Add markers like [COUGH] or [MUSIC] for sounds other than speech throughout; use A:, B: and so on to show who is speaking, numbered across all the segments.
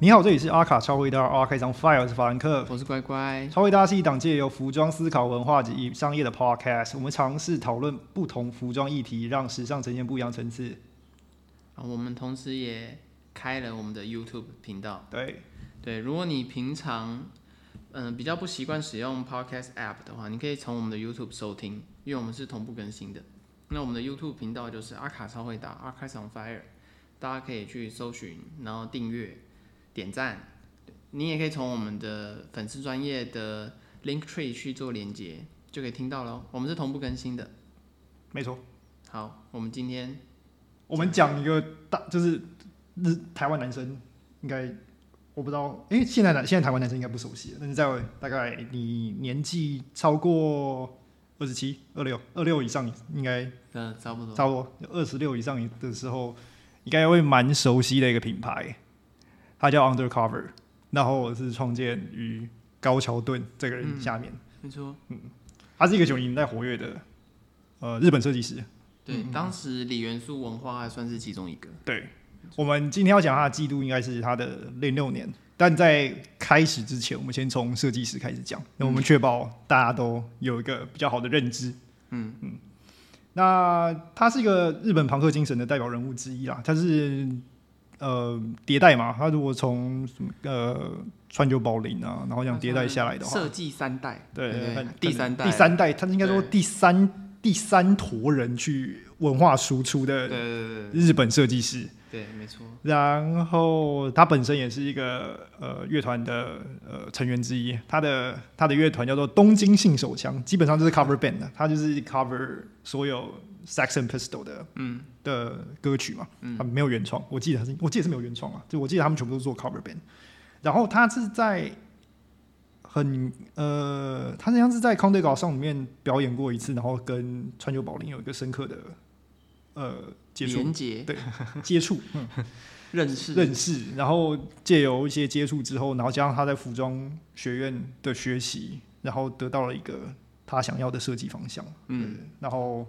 A: 你好，这里是阿卡超回答，阿卡一张 file，我是法兰克。
B: 我是乖乖。
A: 超回答是一档借由服装思考、文化及商业的 podcast，我们尝试讨论不同服装议题，让时尚呈现不一样层次。
B: 啊，我们同时也开了我们的 YouTube 频道。
A: 对，
B: 对，如果你平常嗯、呃比较不习惯使用 Podcast App 的话，你可以从我们的 YouTube 收听，因为我们是同步更新的。那我们的 YouTube 频道就是阿卡超会打 a r c a s on Fire，大家可以去搜寻，然后订阅、点赞。你也可以从我们的粉丝专业的 Linktree 去做连接，就可以听到喽。我们是同步更新的。
A: 没错，
B: 好，我们今天
A: 我们讲一个大，就是日台湾男生应该我不知道，诶，现在男现在台湾男生应该不熟悉了，但是在大概你年纪超过二十七、二六、二六以上，应该
B: 呃差不多
A: 差不多二十六以上的时候，应该会蛮熟悉的一个品牌，它叫 Undercover，然后是创建于高桥盾这个人下面，
B: 没错。
A: 他是一个九零年代活跃的呃日本设计师。嗯
B: 对，当时李元素文化还算是其中一个。
A: 对，我们今天要讲他的季度应该是他的零六年，但在开始之前，我们先从设计师开始讲，
B: 嗯
A: 那我们确保大家都有一个比较好的认知。嗯嗯，那他是一个日本朋克精神的代表人物之一啦，他是呃迭代嘛，他如果从什么呃川久保玲啊，然后讲迭代下来的话，
B: 设计三代，
A: 对
B: 对
A: 很
B: 第三代，
A: 第三代，他应该说
B: 对
A: 第三第三坨人去文化输出
B: 对，
A: 的
B: 对对对
A: 日本设计师。
B: 对，没错，
A: 然后他本身也是一个呃乐团的呃成员之一，他的他的乐团叫做东京信手枪，基本上就是 cover band 的，他就是 cover 所有 Saxon p i s t o l 的嗯的歌曲嘛，他没有原创，我记得他是我记得是没有原创啊，就我记得他们全部都是做 cover band，然后他是在很呃，他好像是在 Conde 搞上里面表演过一次，然后跟川久保玲有一个深刻的呃接触
B: 连接
A: 接触，嗯
B: 认识，
A: 认识，然后借由一些接触之后，然后加上他在服装学院的学习，然后得到了一个他想要的设计方向。
B: 嗯，
A: 对，然后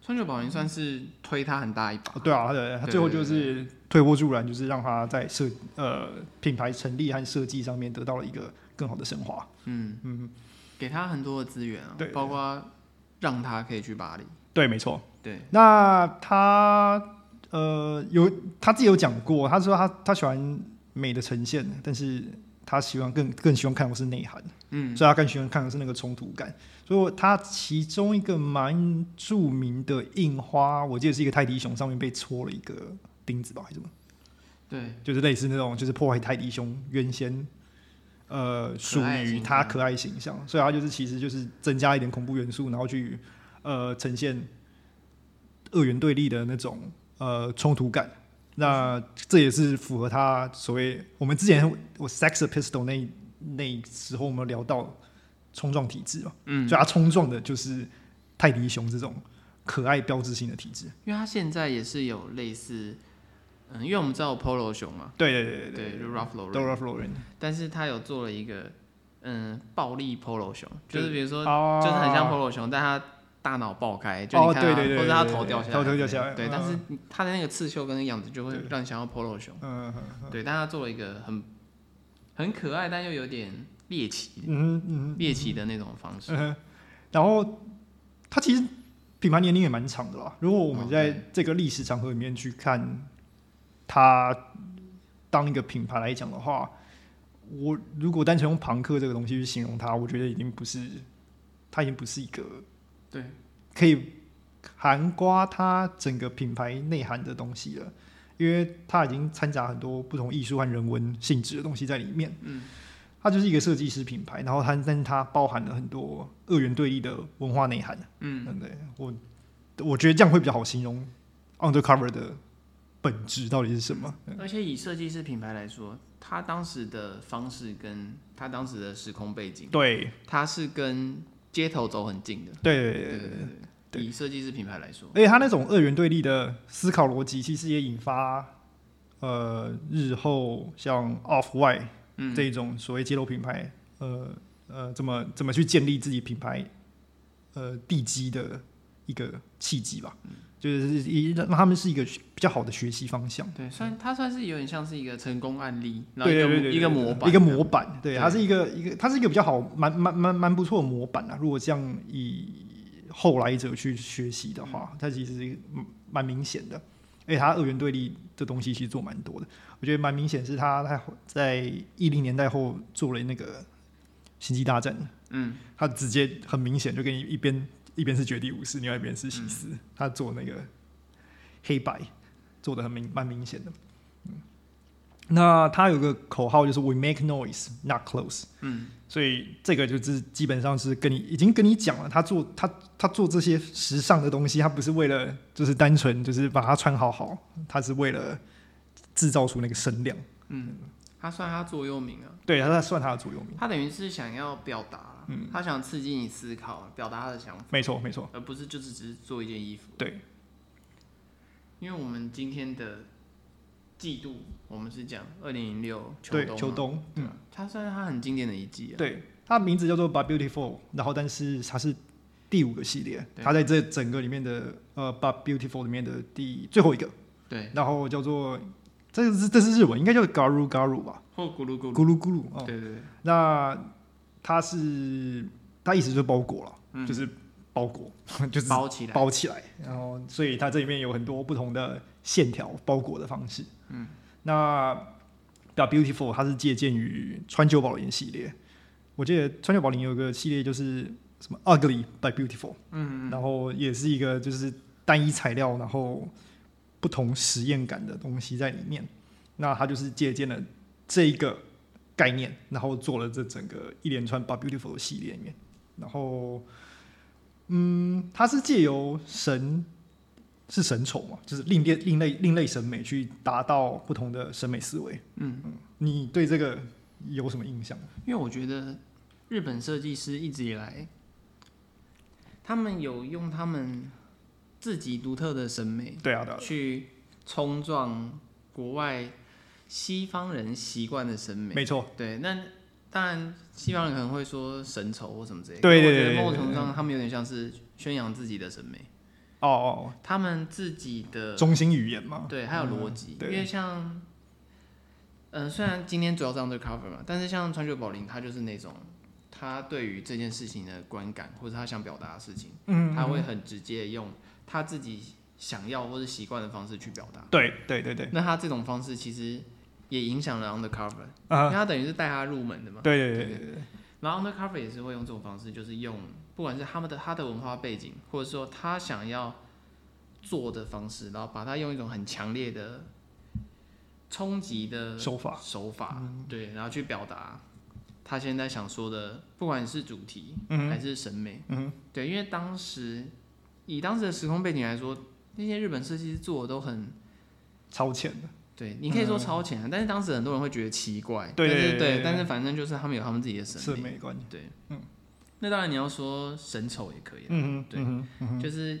B: 川久保玲算是推他很大一把，
A: 对啊，他的他最后就是推波助澜，就是让他在设呃品牌成立和设计上面得到了一个更好的升华。
B: 嗯嗯，给他很多的资源啊
A: 对，
B: 包括让他可以去巴黎，
A: 对，没错。
B: 对，
A: 那他呃有他自己有讲过，他说他他喜欢美的呈现，但是他喜欢更更喜欢看的是内涵，嗯，所以他更喜欢看的是那个冲突感。所以他其中一个蛮著名的印花，我记得是一个泰迪熊上面被戳了一个钉子吧，还是什么，
B: 对，
A: 就是类似那种就是破坏泰迪熊原先。呃，属
B: 可爱的
A: 于
B: 形
A: 他
B: 象
A: 可爱形象，所以他就是其实就是增加一点恐怖元素，然后去呃呈现二元对立的那种呃冲突感。那这也是符合他所谓我们之前我 Sex Pistol 那那时候我们有聊到冲撞体制嘛，嗯，所以他冲撞的就是泰迪熊这种可爱标志性的体制。
B: 因为他现在也是有类似，嗯，因为我们知道有 Polo 熊嘛，
A: 对对对对
B: 对，就 Ralph Lauren，
A: d o r a Florin
B: 但是他有做了一个嗯暴力 polo 熊，就是比如说、
A: 啊
B: 就是很像 polo 熊，但他大脑爆开，就
A: 哦
B: 你看
A: 对
B: 他、
A: 对对
B: 或者他
A: 对对
B: 头
A: 对
B: 掉下来，
A: 头头掉下来嗯
B: 对，但是他的那个刺绣跟那个样子就会让你想要 polo 熊，
A: 嗯
B: 对，但他做了一个很很可爱，但又有点猎奇
A: 嗯嗯
B: 猎奇的那种方式，
A: 嗯哼，然后他其实品牌年龄也蛮长的啦。如果我们
B: 哦
A: 在
B: 对
A: 这个历史长河里面去看他当一个品牌来讲的话，我如果单纯用朋克这个东西去形容它，我觉得已经不是，它已经不是一个
B: 对，
A: 可以涵盖它整个品牌内涵的东西了，因为它已经掺杂很多不同艺术和人文性质的东西在里面。嗯，它就是一个设计师品牌，然后它但它包含了很多二元对立的文化内涵。
B: 嗯，
A: 对，我我觉得这样会比较好形容 Undercover 的本质到底是什么。
B: 而且以设计师品牌来说，他当时的方式跟他当时的时空背景，
A: 对
B: 他是跟街头走很近的，
A: 对对
B: 对
A: 对
B: 对
A: 对
B: 对
A: 对。
B: 对，以设计师品牌来说。
A: 而哎且他那种二元对立的思考逻辑，其实也引发呃日后像 Off White 这种所谓街头品牌，呃呃，怎么怎么去建立自己品牌呃地基的一个契机吧，就是一让他们是一个学比较好的学习方向。
B: 对，算它算是有点像是一个成功案例，然后一
A: 对
B: 个
A: 对对对，
B: 一个
A: 对
B: 模板，
A: 一个模板，对，
B: 对
A: 它是一个一个，它是一个比较好，蛮蛮蛮蛮不错的模板啊。如果这样以后来者去学习的话，它其实是嗯蛮明显的。而且它二元对立的东西其实做蛮多的，我觉得蛮明显是它它在一零年代后做了那个星际大战，
B: 嗯，
A: 他直接很明显就跟你一边一边是绝地武士，另外一边是西斯，
B: 嗯
A: 他做那个黑白做的很明蛮明显的。嗯，那他有个口号就是 “We make noise, not close”。
B: 嗯，
A: 所以这个就是基本上是跟你已经跟你讲了，他做他他做这些时尚的东西，他不是为了就是单纯就是把它穿好好，他是为了制造出那个声量。
B: 它算它座右铭啊，
A: 对，他在算他的左右铭。
B: 它等于是想要表达啦，
A: 嗯
B: 它想刺激你思考，啊表达他的想法，
A: 没错，没错，
B: 而不是就是只是做一件衣服。
A: 对，
B: 因为我们今天的季度，我们是讲二零零六秋
A: 对
B: 冬，啊
A: 秋，冬，嗯。
B: 它算是它很经典的一季啊。
A: 对，它名字叫做《But Beautiful》，然后但是它是第五个系列，
B: 对
A: 它在这整个里面的呃《But Beautiful》里面的第最后一个，
B: 对，
A: 然后叫做这是这是日文，应该叫 Garu Garu 吧，
B: 或咕噜咕噜，
A: 咕噜咕噜哦。
B: 对对对，
A: 那它是它意思就是包裹了，
B: 嗯
A: 就是包裹， [LAUGHS] 就是
B: 包起来，嗯
A: 包起来，然后所以它这里面有很多不同的线条包裹的方式。嗯，那《But Beautiful》它是借鉴于川久保玲系列，我记得川久保玲有个系列就是什么《Ugly but Beautiful》，
B: 嗯，
A: 然后也是一个就是单一材料，然后不同实验感的东西在里面。那它就是借鉴了这一个概念，然后做了这整个一连串《But Beautiful》的系列里面，然后。嗯，它是借由神是神丑嘛，就是另类另类另类审美去达到不同的审美思维。
B: 嗯
A: 嗯，你对这个有什么印象？
B: 因为我觉得日本设计师一直以来，他们有用他们自己独特的审美
A: 对啊，对啊，
B: 去冲撞国外西方人习惯的审美。
A: 没错，
B: 对，那当然西方人可能会说神丑或什么之类的，
A: 对
B: 可
A: 对
B: 我觉
A: 对
B: 得
A: 对
B: 某种程
A: 对
B: 度上他们有点像是宣扬自己的审美，
A: 哦哦，
B: 他们自己的
A: 哦中心语言嘛，
B: 对，还有逻辑
A: 嗯，
B: 因
A: 对
B: 为像，嗯、虽然今天主要是 undercover 嘛，但是像川久保玲，他就是那种他对于这件事情的观感，或者他想表达的事情，
A: 嗯，
B: 他会很直接用他自己想要或是习惯的方式去表达。
A: 对对对对，
B: 那他这种方式其实也影响了 undercover，、因
A: 啊，
B: 为他等于是带他入门的嘛。
A: 对对对对对，
B: 然后 undercover 也是会用这种方式，就是用不管是他们的他的文化背景，或者说他想要做的方式，然后把它用一种很强烈的冲击的
A: 对手法，
B: 手法，对，然后去表达他现在想说的，不管是主题
A: 嗯
B: 还是审美，
A: 嗯，
B: 对，因为当时以当时的时空背景来说，那些日本设计师做的都很。
A: 超前的，
B: 对，你可以说超前啊，但是当时很多人会觉得奇怪，
A: 嗯对
B: 但是
A: 对对对对
B: 但是反正就是他们有他们自己的审
A: 是
B: 美，
A: 没关系，
B: 对，那当然你要说神丑也可以啊，
A: 嗯哼
B: 对
A: 嗯哼，
B: 就是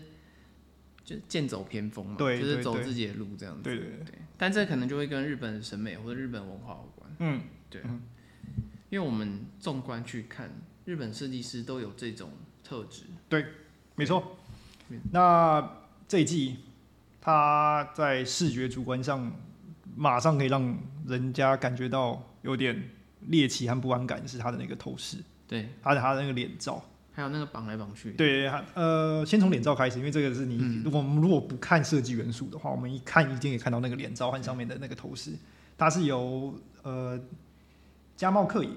B: 就剑走偏锋嘛，
A: 对
B: 就是
A: 对
B: 走
A: 对
B: 自己的路这样子。
A: 对对对，
B: 对但这可能就会跟日本审美或者日本文化有关，
A: 嗯，
B: 因为我们纵观去看，日本设计师都有这种特质。
A: 没错。那这一季，它在视觉主观上，马上可以让人家感觉到有点猎奇和不安感，是它的那个透视，
B: 对，
A: 它的它的那个脸罩。
B: 还有那个绑来绑去，
A: 对，它呃，先从脸罩开始，因为这个是你，如果我们如果不看设计元素的话，我们一看一定可以看到那个脸罩和上面的那个透视。它是由呃加茂克也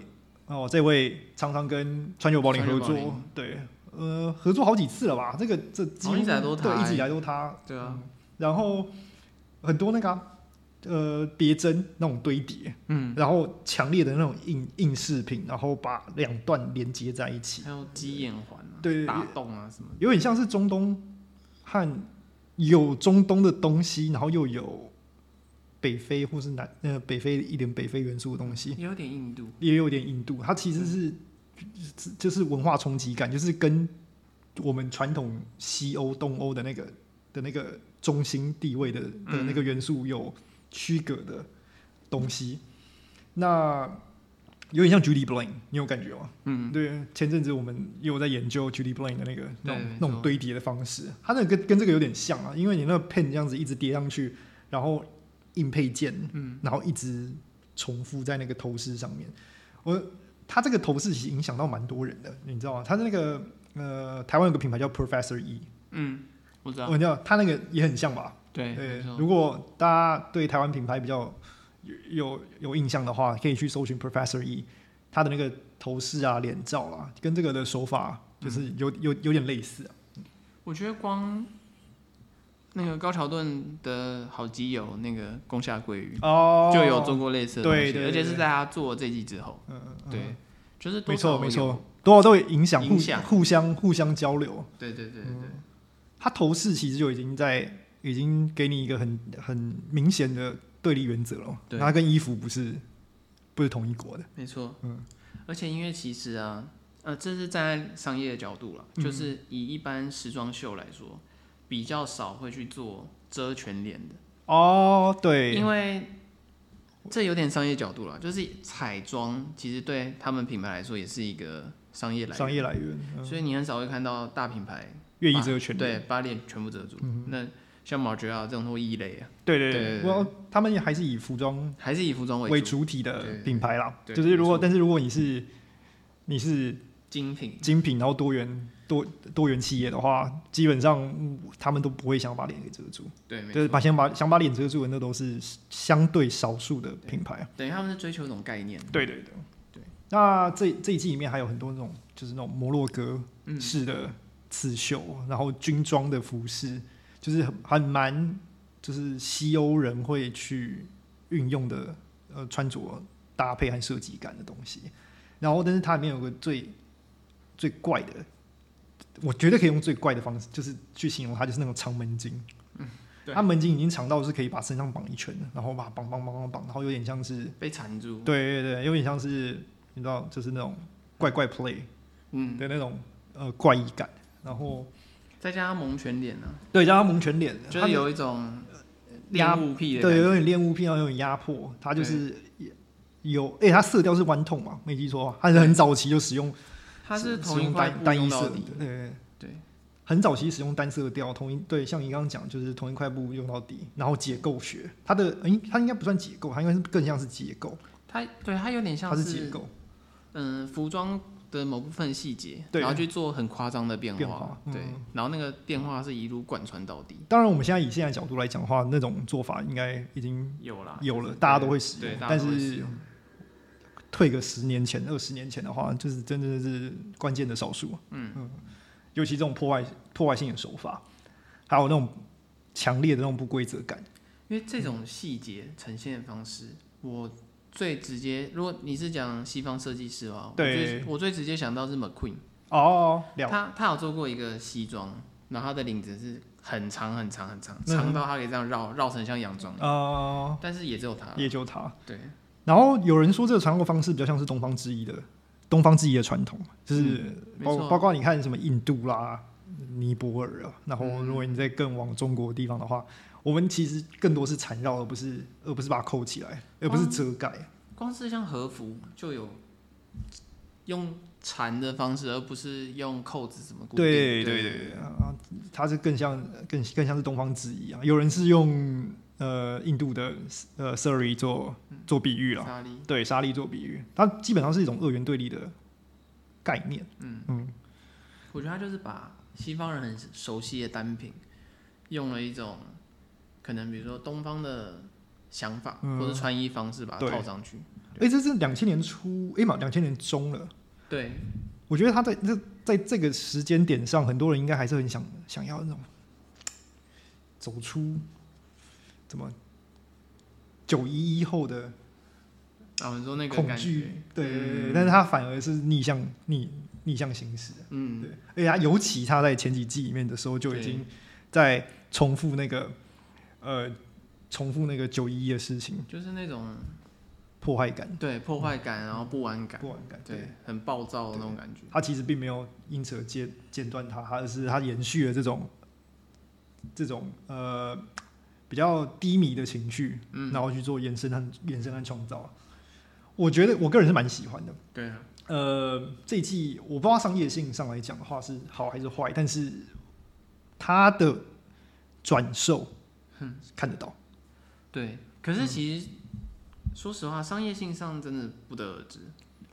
A: 哦这位常常跟川久保玲合
B: 川久
A: 作
B: 保玲，
A: 对，呃合作好几次了吧？这个这几乎、
B: 好像一直以来都是他
A: 对，一直
B: 欸
A: 以来都是他。嗯
B: 对啊，
A: 然后很多那个啊、呃别针那种堆叠，
B: 嗯，
A: 然后强烈的那种硬硬饰品，然后把两段连接在一起，
B: 嗯还有鸡眼环啊，
A: 对
B: 打洞啊什么，
A: 有点像是中东和有中东的东西，然后又有北非或是南呃北非一点北非元素的东西，
B: 也有点印度。
A: 也有点印度，它其实是就是就是文化冲击感，就是跟我们传统西欧、东欧的那个的那个中心地位的的那个元素有区隔的东西。那有点像 Judy Blank，你有感觉吗？
B: 嗯，
A: 对，前阵子我们也有在研究 Judy Blank 的那个那种
B: 对没错
A: 那种堆叠的方式，它那个跟跟这个有点像啊，因为你那个 pen 这样子一直叠上去，然后硬配件，
B: 嗯，
A: 然后一直重复在那个头饰上面。我它这个头饰其实影响到蛮多人的，你知道吗？它那个呃，台湾有个品牌叫 Professor E，
B: 嗯，我知道，
A: 我知道它那个也很像吧？
B: 对，
A: 哦对
B: 没，错
A: 如果大家对台湾品牌比较有有有印象的话，可以去搜寻 Professor E，他的那个头饰啊、脸罩啊，跟这个的手法
B: 嗯
A: 就是有、有有点类似、啊。
B: 我觉得光那个高桥盾的好基友那个宫下桂鱼、
A: 哦
B: 就有做过类似的东西，
A: 对对对
B: 而且是在他做这季之后，
A: 嗯，嗯嗯，
B: 对，就是多
A: 没
B: 少
A: 错没
B: 会有
A: 错，，多少都有影响，
B: 影响
A: 互互相互相交流。
B: 对对对对对，
A: 嗯他头饰其实就已经在已经给你一个很很明显的对立原则了，
B: 对
A: 它跟衣服不是不是同一国的。
B: 没错，
A: 嗯，
B: 而且因为其实啊，呃，这是站在商业的角度了，
A: 嗯
B: 就是以一般时装秀来说，比较少会去做遮全脸的。
A: 哦，对，
B: 因为这有点商业角度了，就是彩妆其实对他们品牌来说也是一个商业来源，
A: 商业来源，嗯、
B: 所以你很少会看到大品牌
A: 越
B: 把
A: 一遮全脸。嗯
B: 对把脸全部遮住。那像毛觉啊这种都异类啊，
A: 对对
B: 对对
A: 对，
B: 对
A: 我他们还是以服装
B: 还是以服装
A: 为
B: 主，
A: 主体的
B: 对对
A: 品牌啦。
B: 对
A: 就是如果，
B: 没错
A: 但是如果你是你是
B: 精品
A: 精品，然后多元多多元企业的话，基本上嗯他们都不会想把脸给遮住，
B: 对，没
A: 就是
B: 错，
A: 把想把想把脸遮住的那都是相对少数的品牌啊。
B: 等于他们是追求一种概念，
A: 对对对
B: 对。
A: 那这这一季里面还有很多那种就是那种摩洛哥
B: 嗯，
A: 式的刺绣，然后军装的服饰，就是很很蛮，就是西欧人会去运用的呃穿着搭配和设计感的东西。然后，但是它里面有个最最怪的，我觉得可以用最怪的方式，就是去形容它，就是那种长门巾。
B: 对
A: 它门巾已经长到是可以把身上绑一圈的，然后把它绑绑绑绑绑，然后有点像是，
B: 被缠住，
A: 对对对，有点像是你知道，就是那种怪怪 play
B: 嗯，
A: 的那种呃怪异感，然后
B: 再加上蒙全脸呢，
A: 对，加上蒙全脸，
B: 就
A: 他们
B: 是有一种
A: 压
B: 恋物癖的感
A: 对
B: 觉，
A: 有点恋物癖，然后有点压迫，他就是有，哎、它色调是弯痛嘛，没记错吧？它是很早期就使用，
B: 它是
A: 使
B: 同一
A: 用
B: 块
A: 单
B: 布
A: 单
B: 用
A: 一
B: 到
A: 色的
B: 底，，
A: 对对，
B: 对，
A: 很早期使用单色调，同一对，像你刚刚讲，就是同一块布用到底，然后解构学，它的，哎、它应该不算解构，它应该是更像是结构，
B: 它对它有点像
A: 它是结构
B: 嗯，服装的某部分细节，
A: 对
B: 然后去做很夸张的变化，
A: 变化嗯
B: 对，然后那个变化是一路贯穿到底，
A: 当然，我们现在以现在角度来讲的话，那种做法应该已经
B: 有啦，
A: 有了，
B: 啊对
A: 大家都会使
B: 对
A: 用，
B: 大家
A: 但
B: 都会使
A: 是
B: 用
A: 退个十年前、二十年前的话，就是真的是关键的少数。啊
B: 嗯
A: 尤其这种破坏破坏性的手法，还有那种强烈的那种不规则感。
B: 因为这种细节呈现的方式，我最直接，如果你是讲西方设计师啊，我
A: 对
B: 最我最直接想到是 McQueen，
A: 哦，了，
B: 他他有做过一个西装，然后他的领子是很长很长很长，
A: 嗯
B: 长到它可以这样绕绕成像洋装，
A: 呃，
B: 但是也只有他，
A: 也就它。
B: 对，
A: 然后有人说这个传播方式比较像是东方之一的东方之一的传统，就是
B: 没
A: 包、
B: 错
A: 包括你看什么印度啦、尼泊尔啊，然后
B: 嗯
A: 如果你再更往中国的地方的话，我们其实更多是缠绕，而不是而不是把它扣起来，而不是遮盖。
B: 光是像和服就有用缠的方式，而不是用扣子怎么固定。
A: 对对对，对啊，它是更像更更像是东方之一啊。有人是用呃印度的呃 sari 做做比喻啦，
B: 沙粒
A: 对沙粒做比喻，它基本上是一种二元对立的概念。
B: 我觉得他就是把西方人很熟悉的单品，用了一种可能比如说东方的想法、
A: 嗯
B: 或者穿衣方式把它
A: 对
B: 套上去。
A: 哎、这是两千年初，哎嘛，两千年中了。
B: 对，
A: 我觉得他在这在这个时间点上，很多人应该还是很想想要那种走出怎么九一一后的
B: 然后你说那个
A: 恐
B: 感觉
A: 惧，，对对对对，
B: 嗯
A: 但是他反而是逆向逆逆向行驶，对
B: 嗯，，
A: 而且他尤其他在前几季里面的时候就已经在重复那个呃重复那个九一一的事情，
B: 就是那种
A: 迫害感、
B: 对破坏感，然后不安感，
A: 不安感，嗯对
B: 对，很暴躁的那种感觉。
A: 他其实并没有因此而间间断它，而是他延续了这种这种呃比较低迷的情绪，
B: 嗯
A: 然后去做延伸和延伸和创造。我觉得我个人是蛮喜欢的。
B: 对啊，
A: 呃，这一季我不知道商业性上来讲的话是好还是坏，但是它的转售
B: 嗯
A: 看得到。
B: 对。可是其实、说实话，商业性上真的不得而知。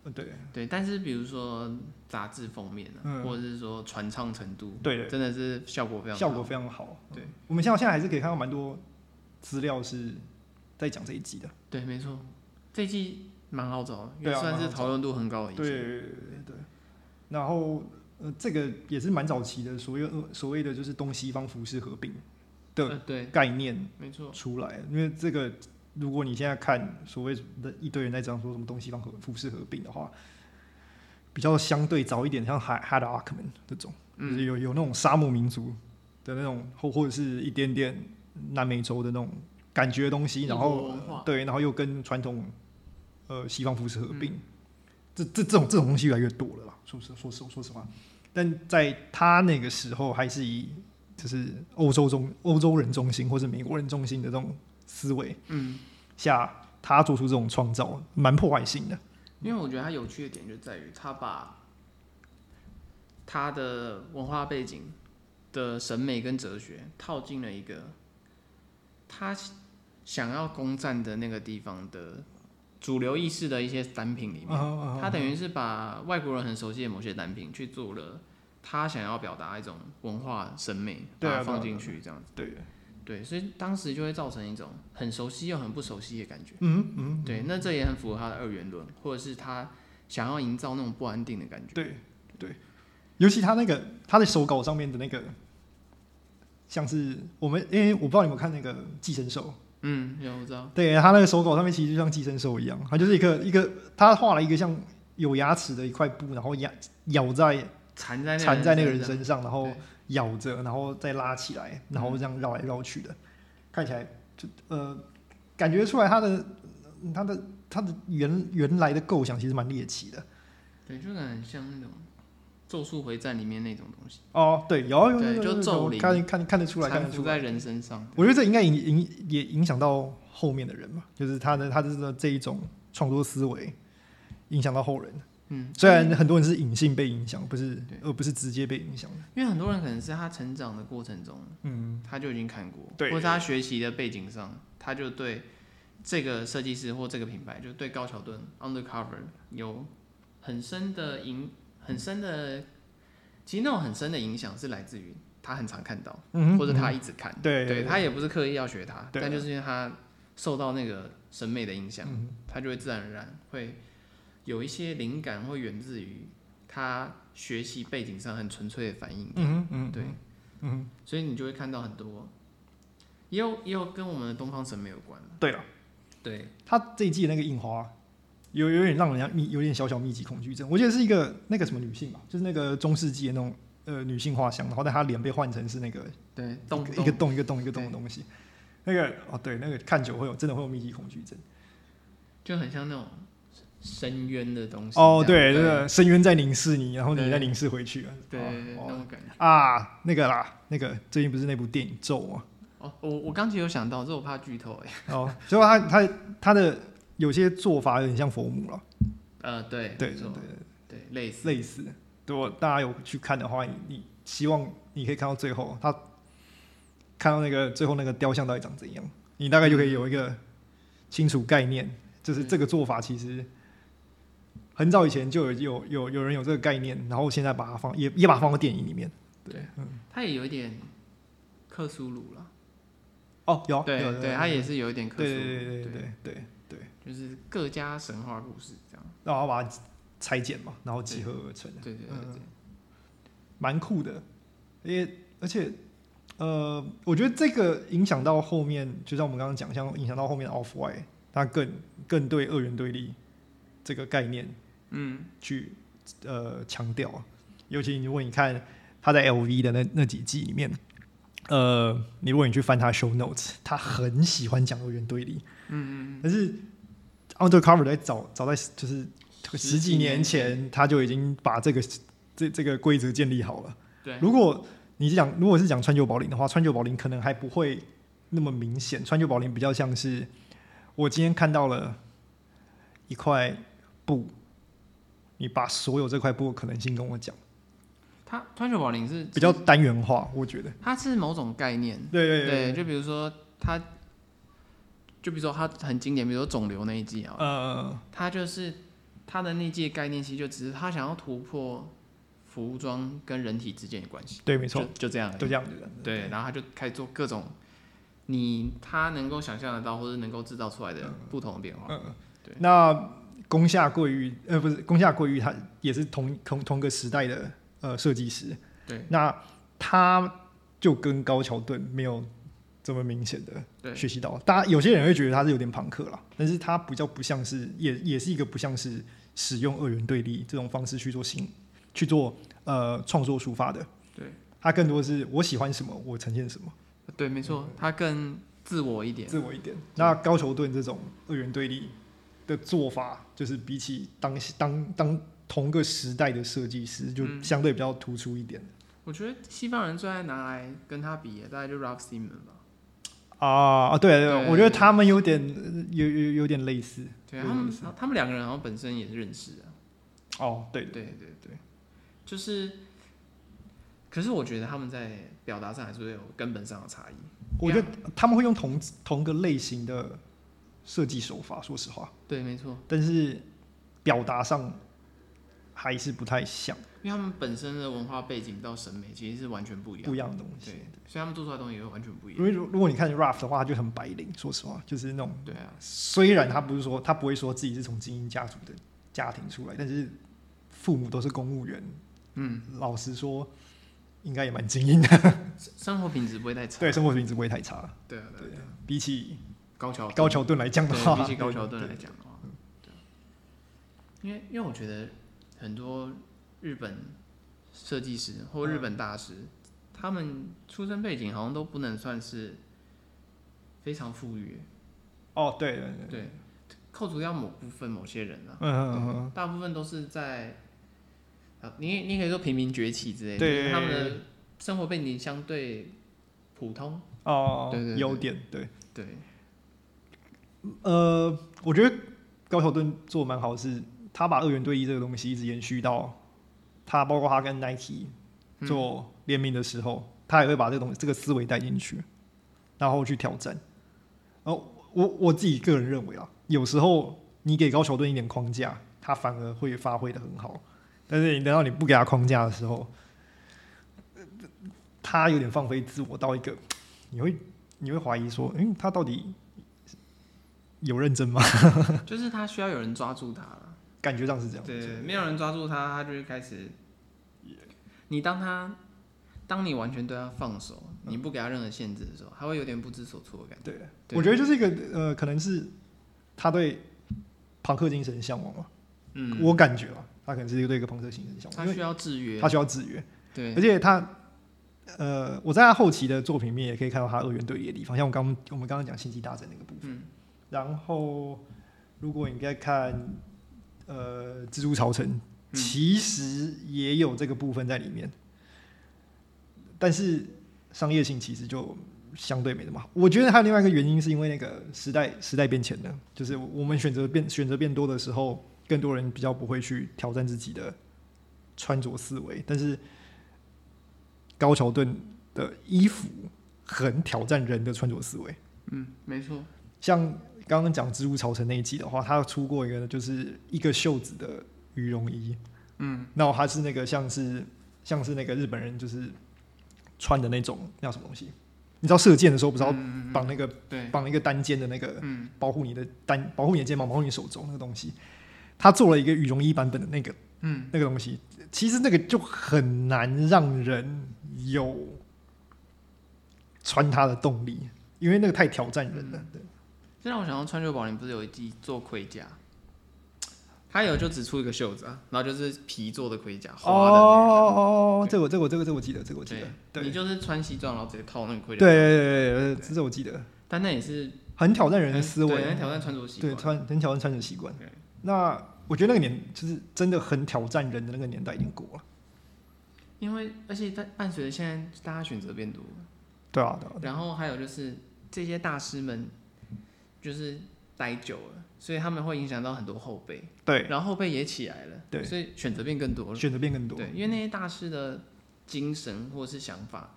A: 呃对
B: 对，但是比如说杂志封面啊，
A: 嗯
B: 或者是说传唱程度，
A: 对
B: 真的是效果非常
A: 效
B: 好
A: 果非常好。
B: 对
A: 嗯，我们像现在还是可以看到蛮多资料是在讲这一季的。
B: 对，没错，这一季蛮好找的，也
A: 对啊
B: 算
A: 蛮
B: 是
A: 好找
B: 讨论度很高的一
A: 对
B: 季。
A: 对对。然后呃，这个也是蛮早期的，所谓呃所谓的就是东西方服饰合并对
B: 呃对，
A: 概念
B: 没错，
A: 出来，因为这个。如果你现在看所谓的一堆人在讲说什么东西方合服饰合并的话，比较相对早一点，像哈哈的阿克曼这种，就
B: 嗯，
A: 是有有那种沙漠民族的那种，或或者是一点点南美洲的那种感觉的东西，
B: 异
A: 然
B: 国
A: 后
B: 文化
A: 对，然后又跟传统呃西方服饰合并，
B: 嗯
A: 这这这种这种东西越来越多了啦。说实说实说实话，但在他那个时候还是以就是欧洲中欧洲人中心或者美国人中心的这种思维
B: 嗯，
A: 下，他做出这种创造，蛮破坏性的。
B: 因为我觉得它有趣的点就在于它把它的文化背景的审美跟哲学套进了一个他想要攻占的那个地方的主流意识的一些单品里面。
A: 啊
B: 他等于是把外国人很熟悉的某些单品去做了他想要表达一种文化审美，
A: 对啊
B: 把它放
A: 对啊
B: 进去这样子。
A: 对，
B: 对，所以当时就会造成一种很熟悉又很不熟悉的感觉。
A: 嗯嗯，
B: 对，那这也很符合他的二元论，或者是他想要营造那种不安定的感觉。
A: 对对，尤其他那个他的手稿上面的那个，像是我们，因为我不知道你们有没有看那个《寄生兽》，
B: 嗯，有我知道。
A: 对他那个手稿上面其实就像寄生兽一样，它就是一个一个他画了一个像有牙齿的一块布，然后咬咬在
B: 缠在那
A: 缠在那个
B: 人
A: 人身上，然后
B: 对
A: 咬着，然后再拉起来，然后这样绕来绕去的，看起来就呃感觉出来他的他的他的原原来的构想其实蛮猎奇的。
B: 对，就感觉很像那种《咒术回战》里面那种东西，
A: 哦，对，有有有
B: 对
A: 有
B: 就
A: 有
B: 咒灵
A: 看看看得出来，看
B: 缠
A: 得
B: 缚
A: 出
B: 在
A: 来。
B: 人身上。
A: 我觉得这应该影影也影响到后面的人嘛，就是他的他的这一种创作思维影响到后人。
B: 嗯，
A: 虽然很多人是隐性被影响，不是
B: 对嗯
A: 而不是直接被影响的。
B: 因为很多人可能是他成长的过程中，
A: 嗯，
B: 他就已经看过，
A: 对
B: 或者他学习的背景上，他就对这个设计师或这个品牌，就对高桥盾 Undercover 有很深的影，很深的，其实那种很深的影响是来自于他很常看到，
A: 嗯
B: 或者他一直看，
A: 对
B: 对他也不是刻意要学他，
A: 对啊
B: 但就是因为他受到那个审美的影响，
A: 嗯
B: 他就会自然而然会有一些灵感会源自于他学习背景上很纯粹的反应，
A: 嗯嗯
B: 对，
A: 嗯
B: 所以你就会看到很多，也有也有跟我们的东方审美有关的。
A: 对了，啊
B: 对，
A: 他这一季的那个印花有有点让人家密有点小小密集恐惧症，我觉得是一个那个什么女性吧，就是那个中世纪的那种呃女性画像，然后但她脸被换成是那个
B: 对，动
A: 一个
B: 动，
A: 洞一个洞一个洞的东西。那个哦，对，那个看久会有真的会有密集恐惧症。
B: 就很像那种深渊的东西。
A: 哦，
B: 这
A: 对，
B: 样
A: 这个深渊在凝视你，然后你
B: 对
A: 再凝视回去。
B: 对对，那
A: 哦
B: 种感觉。
A: 啊，那个啦，那个最近不是那部电影《咒》吗？
B: 哦，我我刚其实有想到，这我怕剧透哎。
A: 哦，所以他他他的有些做法有点像佛母了，
B: 呃，对，
A: 对
B: 没
A: 对
B: 错对，类似。
A: 类似。如果大家有去看的话，你你希望你可以看到最后，他看到那个最后那个雕像到底长怎样，你大概就可以有一
B: 嗯
A: 个清楚概念。就是这个做法其实很早以前就有有有有人有这个概念，然后现在把它放也也把它放到电影里面。
B: 对，它也有一点克苏鲁了。
A: 哦，有
B: 对
A: 有有
B: 对，
A: 有
B: 它也是有一点克苏
A: 对
B: 鲁。
A: 对对对对对对，
B: 就是各家神话故事这样。
A: 然后把它拆解嘛，然后集合而成，
B: 对对对对，
A: 嗯蛮酷的。也而且呃，我觉得这个影响到后面，就像我们刚刚讲，像影响到后面 Off White，它更更对二元对立这个概念
B: 嗯，
A: 去呃强调啊。尤其如果你看他在 LV 的那那几季里面，呃，你如果你去翻他 show notes，他很喜欢讲二元对立。嗯嗯。但是 Undercover 在早早在就是十几年前，他就已经把这个这这个规则建立好了。
B: 对，
A: 如果你是讲如果是讲川久保玲的话，川久保玲可能还不会那么明显，川久保玲比较像是我今天看到了一块布，你把所有这块布的可能性跟我讲，
B: 它川久保玲是
A: 比较，单元化，我觉得。
B: 它是某种概念，
A: 对对
B: 对，就比如说它，就比如说它很经典，比如说肿瘤那一季啊，
A: 呃，
B: 它就是它的那一季的概念，其实就只是它想要突破服装跟人体之间的关系，
A: 对，没
B: 没
A: 错，，
B: 就这样而已，
A: 就这样子的。
B: 对，然后他就开始做各种你他能够想象得到或者能够制造出来的
A: 嗯
B: 不同的变化。对
A: 那宫下桂玉，呃，不是宫下桂玉，他也是同同同个时代的呃设计师。
B: 对，
A: 那他就跟高桥盾没有这么明显的
B: 对
A: 学习到。大家有些人会觉得他是有点朋克啦，但是他比较不像是，也也是一个不像是使用二元对立这种方式去做新去做呃创作抒发的。
B: 对，
A: 他更多是我喜欢什么，我呈现什么。
B: 对，没错，他更自我一点。
A: 嗯自我一点。那高球盾这种二元对立的做法，就是比起当当当同个时代的设计师，就
B: 嗯
A: 相对比较突出一点
B: 我觉得西方人最爱拿来跟他比的，大概就 Ralph Simon 吧。
A: 啊、啊，对对
B: 对
A: 我觉得他们有点呃有有有点类似
B: 对
A: 对
B: 他们
A: 是，
B: 他们两个人好像本身也是认识的。
A: 哦，对
B: 对对对，就是，可是我觉得他们在表达上还是会有根本上的差异。
A: 我觉得他们会用同同个类型的设计手法，说实话，
B: 对，没错，
A: 但是表达上还是不太像，
B: 因为他们本身的文化背景到审美其实是完全不一样
A: 不
B: 的。
A: 一样的东西
B: 对。，所以他们做出来的东西也会完全不一
A: 因
B: 样。
A: 为如如果你看 Raf 的话，他就很白领，说实话，就是那种
B: 对啊，
A: 虽然他不是说他不会说自己是从精英家族的家庭出来，但是父母都是公务员，
B: 嗯，
A: 老实说，应该也蛮精英
B: [LAUGHS]
A: 的，
B: 生活品质不会太差。
A: 对，生活品质不会太差。
B: 对啊，对啊，对啊
A: 比起
B: 高桥
A: 高桥盾来讲的话，
B: 哦对比起高桥盾
A: 对
B: 来，讲的话，对啊，因为因为我觉得很多日本设计师或日本大师，他们出身背景好像都不能算是非常富裕，
A: 哦，对对对，
B: 对，扣除掉某部分某些人啊
A: 嗯，嗯嗯，
B: 大部分都是在，呃，你你可以说平民崛起之类的，
A: 对
B: 就是他们的生活背景相对普通，
A: 哦
B: 对对，对
A: 优点对，
B: 对，
A: 呃，我觉得高桥盾做得蛮好的是，他把二元对立这个东西一直延续到他，包括他跟 Nike
B: 嗯
A: 做联名的时候，他也会把这东这个思维带进去，然后去挑战。然后我我自己个人认为啊，有时候你给高桥盾一点框架，他反而会发挥的很好，但是你等到你不给他框架的时候，他有点放飞自我到一个，你会你会怀疑说，嗯，他到底有认真吗？ [LAUGHS]
B: 就是他需要有人抓住他了。
A: 感觉上是这样。
B: 对，没有人抓住他，他就会开始。你当他，当你完全对他放手，
A: 嗯
B: 你不给他任何限制的时候，他会有点不知所措的感
A: 对，
B: 对
A: 我觉得就是一个呃，可能是他对朋克精神向往嘛，
B: 觉。嗯，
A: 我感觉啊，他可能是对一个朋克精神向往，
B: 他
A: 因
B: 需
A: 为
B: 要制约
A: 他。需要制约，
B: 对
A: 而且他呃，我在他后期的作品里面也可以看到他二元对立的地方，像我刚我们刚刚讲星际大战那个部分，
B: 嗯
A: 然后如果你在看呃蜘蛛朝城，
B: 嗯
A: 其实也有这个部分在里面，但是商业性其实就相对没那么好。我觉得还有另外一个原因，是因为那个时代时代变迁了，就是我们选择变选择变多的时候，更多人比较不会去挑战自己的穿着思维，但是高桥盾的衣服很挑战人的穿着思维。
B: 嗯，没错。
A: 像刚刚讲《蜘蛛朝城》那一季的话，他出过一个就是一个袖子的羽绒衣，
B: 嗯，
A: 那它是那个像是像是那个日本人就是穿的那种那叫什么东西？你知道射箭的时候不是要
B: 嗯嗯嗯
A: 绑那个
B: 对，
A: 绑、那个单肩的那个
B: 嗯，
A: 保护你的单保护你的肩膀保护你手肘那个东西？他做了一个羽绒衣版本的那个
B: 嗯，
A: 那个东西，其实那个就很难让人有穿它的动力，因为那个太挑战人了。对
B: 这让我想到川久保玲不是有一季做盔甲，他有就只出一个袖子啊，然后就是皮做的盔甲，花的那个。
A: 哦哦，这我这我这个这我记得，这个我记得对
B: 对，，你
A: 对
B: 就是穿西装，然后直接套那个盔
A: 对
B: 甲。，
A: 对对，这我记得，
B: 但那也是嗯
A: 很挑战人的思
B: 对那
A: 维，
B: 挑战穿着习
A: 对
B: 惯。
A: 穿很挑战穿着习惯
B: 对。
A: 那我觉得那个年就是真的很挑战人的那个年代已经过了，
B: 因为而且在伴随着现在大家选择变多，
A: 对啊对啊，
B: 然后还有就是这些大师们，就是待久了，所以他们会影响到很多后辈，
A: 对，
B: 然后后辈也起来了，
A: 对
B: 所以选择变更多了。
A: 选择变更多，
B: 对，因为那些大师的精神或是想法，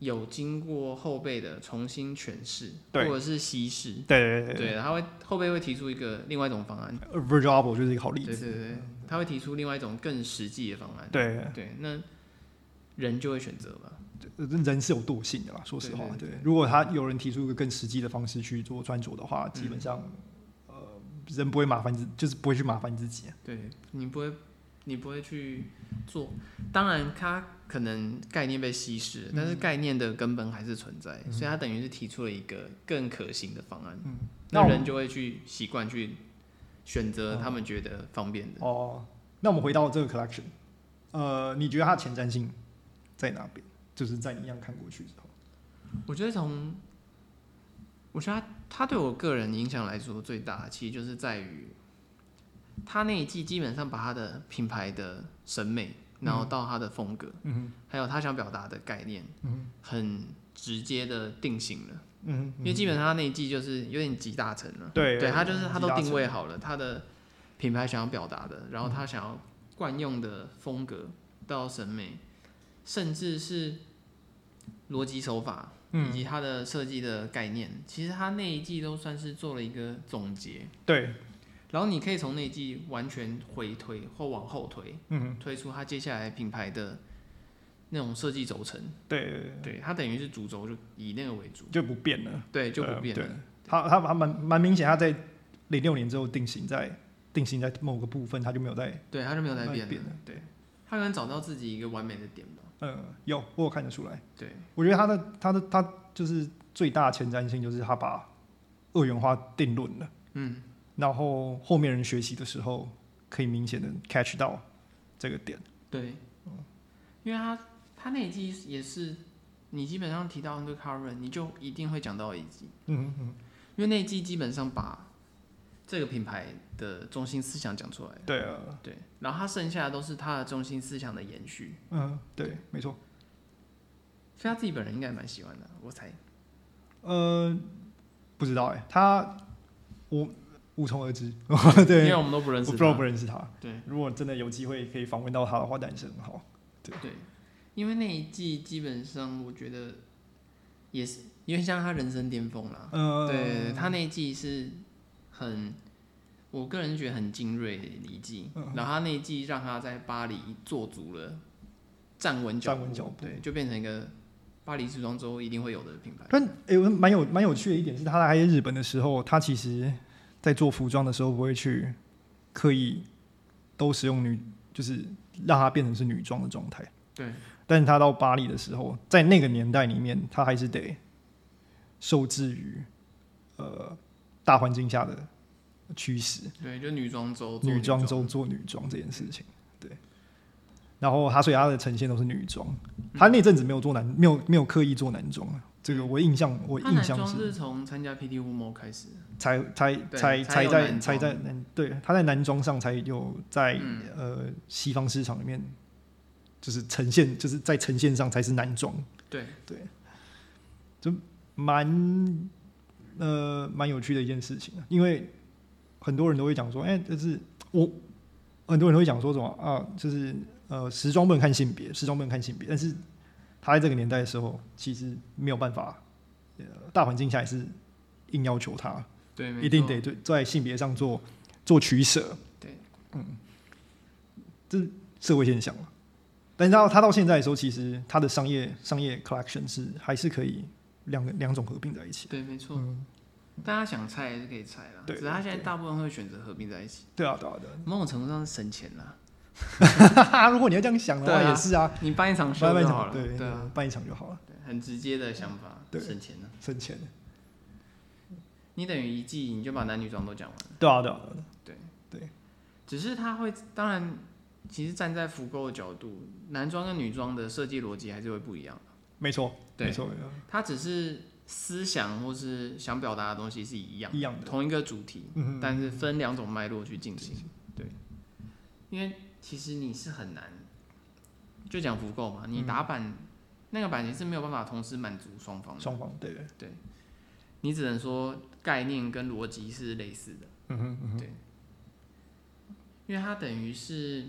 B: 有经过后辈的重新诠释，或
A: 对
B: 者是稀释，
A: 对对
B: 对，他会后辈会提出一个另外一种方案，
A: 呃，Virgil Abloh 就是一个好例
B: 对对
A: 子，
B: 对，对他会提出另外一种更实际的方案，
A: 对，
B: 对，那人就会选择吧，
A: 呃人是有惰性的啦，说实话，
B: 对对
A: 对。如果他有人提出一个更实际的方式去做穿着的话，基本上，
B: 嗯
A: 呃，人不会麻烦自，就是不会去麻烦自己。
B: 对你不会，你不会去做。当然，它可能概念被稀释了，但是概念的根本还是存在，所以它等于是提出了一个更可行的方案。
A: 嗯那
B: 那
A: 我
B: 人就会去习惯去选择他们觉得方便的。
A: 哦，那我们回到这个 collection，呃，你觉得它的前瞻性在哪边？就是在你一样看过去之后，
B: 我觉得从，我觉得他他对我个人影响来说最大，其实就是在于，他那一季基本上把他的品牌的审美，然后到他的风格，
A: 嗯
B: 还有他想表达的概念，
A: 嗯
B: 很直接的定型了。
A: 嗯
B: 因为基本上他那一季就是有点集大成了。
A: 对
B: 对他就是他都
A: 集大成嗯
B: 定位好了他的品牌想要表达的，然后他想要惯用的风格到审美，甚至是逻辑手法
A: 嗯
B: 以及他的设计的概念，其实他那一季都算是做了一个总结。
A: 对，
B: 然后你可以从那一季完全回推或往后推，
A: 嗯
B: 推出他接下来品牌的那种设计轴承。
A: 对对，对
B: 对，他等于是主轴就以那个为主，
A: 就不变了，
B: 对，就不变了。
A: 呃对他他他蛮蛮明显，他在零六年之后定型在定型在某个部分，他就没有在，
B: 对，他就没有再
A: 慢慢
B: 变了。
A: 变了
B: 对，他可能找到自己一个完美的点吧。
A: 呃，有我有看得出来。
B: 对，
A: 我觉得他的他的他就是最大的前瞻性就是他把二元化定论了，
B: 嗯，
A: 然后后面人学习的时候可以明显的 catch 到这个点。
B: 对，
A: 哦
B: 因为他他那一季也是，你基本上提到 undercover，你就一定会讲到一季，
A: 嗯嗯，
B: 因为那一季基本上把这个品牌的中心思想讲出来了。
A: 对啊，
B: 对，然后他剩下的都是他的中心思想的延续，
A: 嗯，对，没错。
B: 所以他自己本人应该也蛮喜欢的，我猜。
A: 呃，不知道哎、他我无从而知， [LAUGHS]
B: 因
A: 对
B: 为，我们都不认
A: 我
B: 识
A: 不知道不
B: 他。
A: 认识他。
B: 对
A: 如果真的有机会可以访问到他的话，当然是很好。
B: 对，因为那一季基本上我觉得也是，因为像他人生巅峰啦，
A: 呃，
B: 对，他那一季是很，我个人觉得很精锐的一季。
A: 嗯
B: 然后他那一季让他在巴黎做足了站稳脚步，
A: 站稳脚步
B: 对，就变成一个巴黎时装周一定会有的品牌。
A: 但诶，我蛮有蛮有趣的一点是，他来日本的时候，他其实在做服装的时候不会去刻意都使用女，就是让它变成是女装的状态。
B: 对，
A: 但是他到巴黎的时候，在那个年代里面，他还是得受制于呃大环境下的趋势，
B: 对，就女装周，做
A: 女装
B: 周，
A: 中做女装这件事情。对，然后他所以他的呈现都是女装，他那阵子没有做男，没有没有刻意做男装啊。这个我印象，我
B: 他
A: 印
B: 男
A: 象
B: 装
A: 是
B: 是从参加 PT Womo 开始的，
A: 才才
B: 对
A: 才
B: 才
A: 才
B: 有男
A: 在
B: 装
A: 才
B: 嗯
A: 在嗯，对，他在男装上才有在、呃西方市场里面，就是呈现，就是在呈现上才是男装，
B: 对，
A: 蛮呃蛮有趣的一件事情啊。因为很多人都会讲说，哎、就是我很多人都会讲说什么啊，就是呃时装不能看性别，时装不能看性别，但是他在这个年代的时候，其实没有办法，呃大环境下也是硬要求他。
B: 对，没
A: 一定
B: 错
A: 得对在性别上做做取舍。
B: 对，
A: 嗯，这是社会现象嘛。但是到他到现在的时候，其实他的商业商业 collection 是还是可以两个两种合并在一起。
B: 对，没错。大家想猜还是可以猜啦，
A: 嗯对
B: 只是他现在
A: 对
B: 大部分会选择合并在一起，
A: 对啊，对啊，对啊
B: 某种程度上是省钱啦。
A: 哈哈。 [LAUGHS] 如果你要这样想的
B: 对
A: 话，
B: 啊
A: 也是啊，
B: 你办一场秀
A: 办办一
B: 就好
A: 场，
B: 了，
A: 对
B: 对啊，，
A: 办一场就好了，
B: 对很直接的想法，
A: 对
B: 省钱呢。
A: 省钱。
B: 你等于一季你就把男女装都讲完了，
A: 对啊，对啊，对啊
B: 只是他会，当然，其实站在复购的角度，男装跟女装的设计逻辑还是会不一样。
A: 没错，没
B: 对，
A: 错，没错
B: 他只是思想或是想表达的东西是一样，
A: 一样的。
B: 同一个主题，
A: 嗯哼
B: 但是分两种脉络去进行。对，因为其实你是很难，就讲复购嘛，
A: 嗯
B: 你打版、那个版型是没有办法同时满足双方的。
A: 双方对，对
B: 你只能说概念跟逻辑是类似的，
A: 嗯哼嗯哼，
B: 因为它等于是，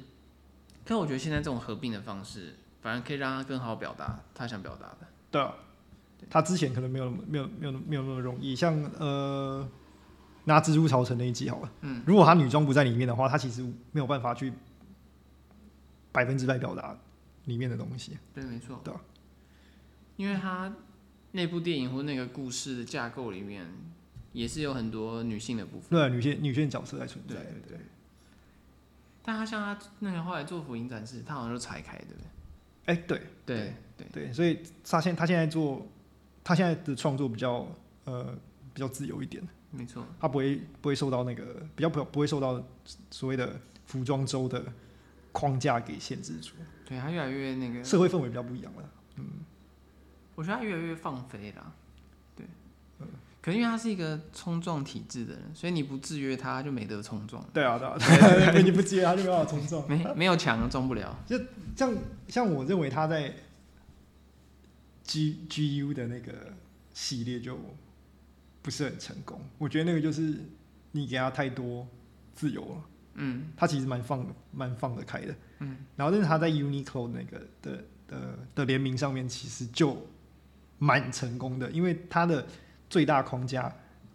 B: 可我觉得现在这种合并的方式，反而可以让他更好表达他想表达的。
A: 对啊，他之前可能没有那么没有没有那么没有那么容易，像呃拿蜘蛛朝城那一集好了，
B: 嗯，
A: 如果他女装不在里面的话，他其实没有办法去百分之百表达里面的东西，
B: 对，没错。
A: 对啊
B: 因为它那部电影或那个故事的架构里面，也是有很多女性的部分。
A: 对啊、女性女性角色在存在，
B: 对对对。但他像他那个后来做福音展示，他好像就拆开，对不对？
A: 哎、对
B: 对对
A: 对，所以他现他现在做他现在的创作比较呃比较自由一点。
B: 没错。
A: 他不会不会受到那个比较不不会受到所谓的服装周的框架给限制住，
B: 对他越来越那个，
A: 社会氛围比较不一样了。
B: 我觉得他越来越放飞了。对。可能因为他是一个冲撞体制的人，所以你不制约他，他就没得冲撞，
A: 对啊，对啊， [LAUGHS] 对啊你不接他就没办法冲撞。
B: 没没有墙撞不了。
A: 像像我认为他在 G G U 的那个系列就不是很成功，我觉得那个就是你给他太多自由了，
B: 嗯
A: 他其实蛮放蛮放得开的。
B: 嗯，
A: 然后，但是他在 Uniqlo 那个的的的联名上面，其实就蛮成功的，因为它的最大框架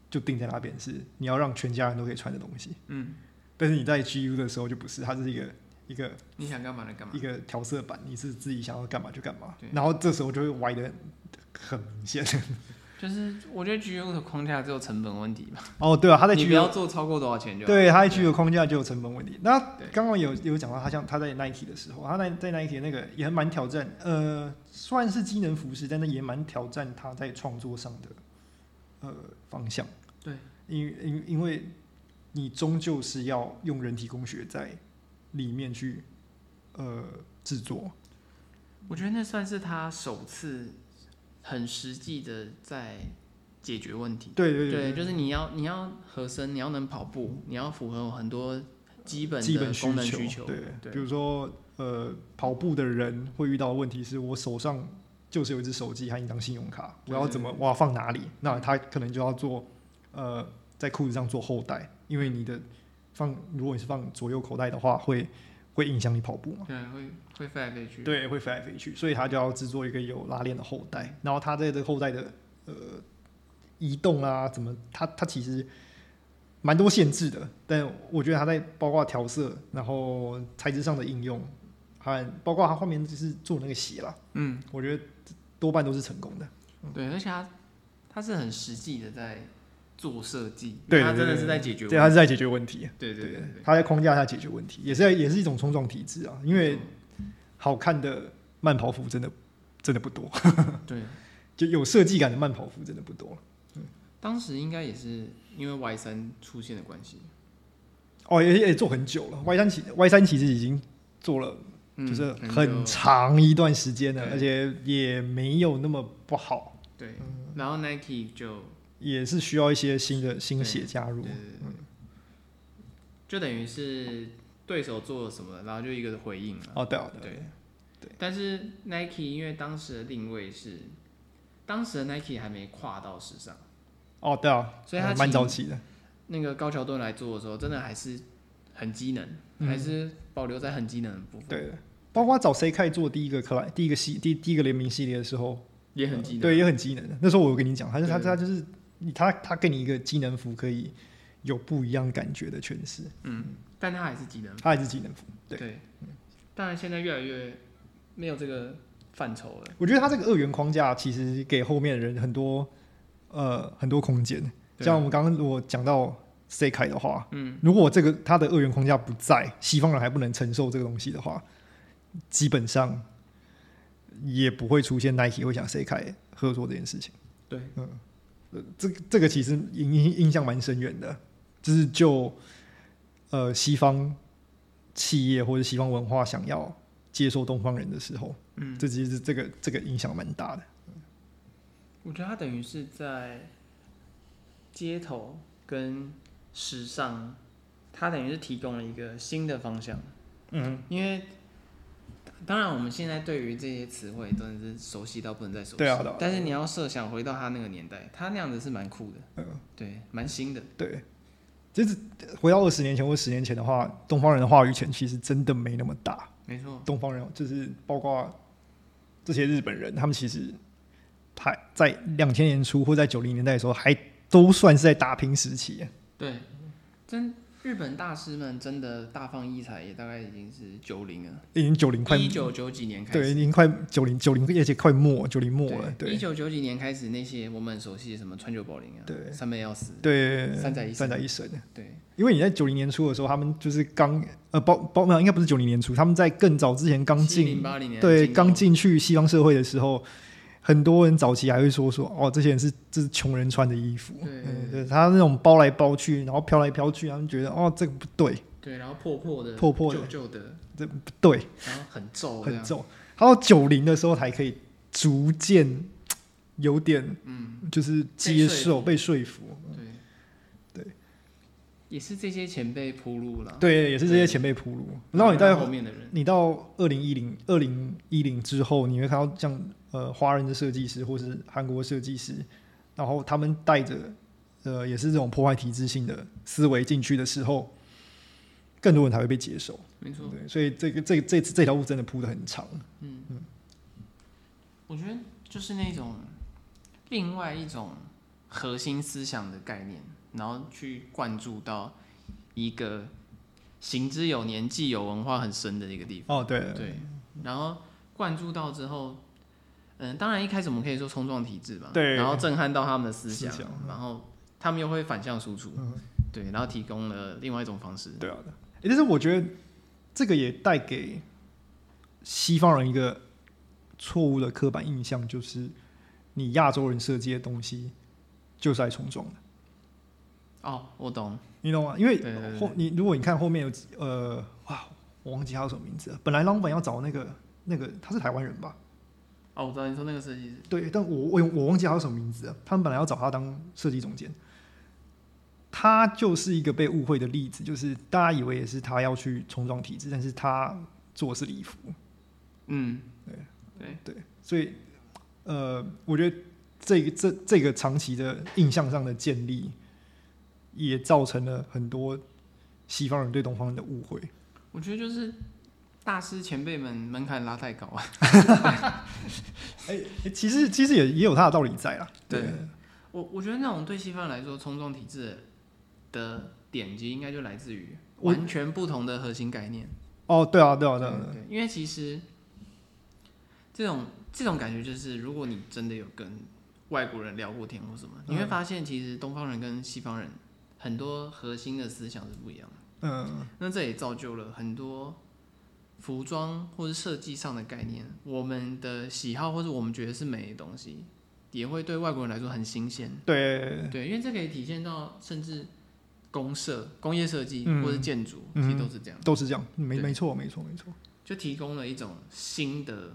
A: 就定在那边是你要让全家人都可以穿的东西。
B: 嗯，
A: 但是你在 GU 的时候就不是，它是一个一个
B: 你想干嘛就干嘛
A: 一。个调色板，你是自己想要干嘛就干嘛
B: 对。
A: 然后这时候就会歪的很明显。 [LAUGHS]
B: 就是我觉得 GU 的框架只有成本问题吧，
A: 哦，对啊，他在
B: 你不要
A: GU
B: 做超过多少钱就好。
A: 对他在 GU 的框架就有成本问题。那
B: 对
A: 刚刚有有讲到他像他在 Nike 的时候，他在在 Nike 那个也蛮挑战，呃，虽然是机能服饰，但是也蛮挑战他在创作上的呃方向。
B: 对，
A: 因因因为你终究是要用人体工学在里面去呃制作，
B: 我觉得那算是他首次很实际的在解决问题。
A: 对对对，
B: 对，就是你要你要合身，你要能跑步，你要符合很多基本
A: 基
B: 的
A: 本
B: 功能
A: 求，
B: 需求。
A: 对，
B: 对
A: 比如说呃跑步的人会遇到的问题是我手上。就是有一只手机和一张信用卡，我要怎么我要放哪里？
B: 嗯
A: 那他可能就要做呃在裤子上做后带，因为你的放如果你是放左右口袋的话，会会影响你跑步嘛。
B: 对，会会飞来飞去。
A: 对，会飞来飞去，所以他就要制作一个有拉链的后带，然后他在这个后带的呃移动啊，怎么，他他其实蛮多限制的，但我觉得他在包括调色，然后材质上的应用，还包括他后面就是做那个鞋啦，
B: 嗯，
A: 我觉得多半都是成功的。
B: 对，而且他他是很实际的在做设计，
A: 对
B: 他
A: 对
B: 真的
A: 对
B: 是在解决
A: 对，他
B: 问
A: 是
B: 题。
A: 在解决问题，
B: 对对对对，
A: 他在框架下解决问题，也是在也是一种冲撞体制啊，因为好看的慢跑服真的真的不多，
B: 对，
A: 就有设计感的慢跑服真的不多。
B: 当时应该也是因为 Y 三出现的关系。
A: 哦，也也做很久了。Y 三其 Y 三其实已经做了，
B: 嗯
A: 就是
B: 可能
A: 很
B: 就
A: 长一段时间了，
B: 对
A: 而且也没有那么不好，
B: 对，然后 Nike 就
A: 也是需要一些新的新血加入嗯
B: 对。对对就等于是对手做了什么，然后就一个回应了。
A: 哦，对啊，对啊
B: 对，但是 Nike 因为当时的定位是，当时的 Nike 还没跨到时尚，
A: 哦，对啊，
B: 所以他
A: 嗯蛮早期的。
B: 那个高桥盾来做的时候，真的还是很机能，
A: 嗯
B: 还是保留在很机能的部分，
A: 对，包括找 C K 做第一个克莱第一个系第第一个联名系列的时候，
B: 也很机能。
A: 对，也很机能的。那时候我有跟你讲，他就他
B: 对
A: 他就是你他他给你一个机能服，可以有不一样感觉的诠释，
B: 嗯，但它还是机能。
A: 他还是机能服。对
B: 对，当然现在越来越没有这个范畴了。
A: 我觉得他这个二元框架其实给后面的人很多呃很多空间。
B: 对
A: 像我们刚刚我讲到 C 开的话，
B: 嗯，
A: 如果这个他的二元框架不在，西方人还不能承受这个东西的话，基本上也不会出现 Nike 会想 C 开合作这件事情。
B: 对，
A: 呃这个这个其实影影影响蛮深远的，就是就呃西方企业或者西方文化想要接受东方人的时候，
B: 嗯，
A: 这其实是这个这个影响蛮大的。
B: 我觉得它等于是在街头跟时尚，它等于是提供了一个新的方向。
A: 嗯，
B: 因为当然，我们现在对于这些词汇真的是熟悉到不能再熟悉。
A: 对啊对啊
B: 但是你要设想回到他那个年代，他那样子是蛮酷的，
A: 嗯，
B: 对，蛮新的。
A: 对，就是回到二十年前或十年前的话，东方人的话语权其实真的没那么大。
B: 没错，
A: 东方人就是包括这些日本人，他们其实还在两千年初或在九零年代的时候，还都算是在打拼时期。
B: 对，真日本大师们真的大放异彩，也大概已经是九零了，
A: 已经九零快
B: 一九九几年开始。
A: 对，已经快九零九零，而且快末九零末了。
B: 一
A: 对
B: 九九几年开始，那些我们很熟悉的什么川久保玲啊，
A: 对
B: 三本耀司，
A: 对，
B: 三宅一生
A: 三宅一生。
B: 对，
A: 因为你在九零年初的时候，他们就是刚呃包包没有，应该不是九零年初，他们在更早之前刚进
B: 零八零年代
A: 对，
B: 进
A: 刚
B: 入
A: 进去西方社会的时候，很多人早期还会说说哦，这些人是这是穷人穿的衣服，
B: 对
A: 嗯对他那种包来包去，然后飘来飘去，他们觉得哦，这个不对，
B: 对，然后破破的、
A: 破破的
B: 旧旧的，
A: 这不对，
B: 然后很皱，
A: 很。重。他到九零的时候才可以逐渐嘖有点
B: 嗯，
A: 就是接受
B: 被
A: 被说服，
B: 对，
A: 对，
B: 也是这些前辈铺路了。
A: 对，也是这些前辈铺路。然后你到
B: 后面的人，
A: 你到二零一零二零一零之后，你会看到像呃华人的设计师或是韩国设计师，然后他们带着呃也是这种破坏体制性的思维进去的时候，更多人才会被接受。
B: 没错。
A: 对，所以这个这这这条路真的铺的很长。
B: 我觉得就是那种另外一种核心思想的概念，然后去灌注到一个行之有年、既有文化很深的一个地方。
A: 哦，对，
B: 对，然后灌注到之后，嗯，当然一开始我们可以说冲撞体制嘛，
A: 对
B: 然后震撼到他们的思想，
A: 思想
B: 然后他们又会反向输出，
A: 嗯
B: 对，然后提供了另外一种方式，
A: 对啊，诶但是我觉得这个也带给西方人一个错误的刻板印象，就是你亚洲人设计的东西就是爱冲撞的。
B: 哦，我懂，
A: 你懂吗？因为
B: 对对对
A: 后你如果你看后面有几呃，哇，我忘记他叫什么名字了。本来狼本要找那个那个他是台湾人吧？
B: 哦，我知道你说那个设计师，
A: 对，但我我我忘记他叫什么名字了。他们本来要找他当设计总监，他就是一个被误会的例子，就是大家以为也是他要去冲撞体制，但是他做的是礼服，
B: 嗯，
A: 对
B: 对，
A: 对，所以呃，我觉得这个这这个长期的印象上的建立，也造成了很多西方人对东方人的误会。
B: 我觉得就是大师前辈们门槛拉太高 [LAUGHS] 啊，
A: 哎、欸其实其实也也有它的道理在啦。
B: 对我我觉得那种对西方人来说冲撞体制的点击应该就来自于
A: 我
B: 完全不同的核心概念。
A: 哦，对啊，对啊，对啊，
B: 对，因为其实这种这种感觉就是，如果你真的有跟外国人聊过天或什么，
A: 嗯
B: 你会发现其实东方人跟西方人很多核心的思想是不一样的。
A: 嗯，
B: 那这也造就了很多服装或是设计上的概念，我们的喜好或是我们觉得是美的东西，也会对外国人来说很新鲜。
A: 对，
B: 对，因为这可以体现到甚至公社、工业设计
A: 嗯
B: 或是建筑，
A: 嗯
B: 其实都是这样。
A: 都是这样，没
B: 对
A: 没错，没错，没错，
B: 就提供了一种新的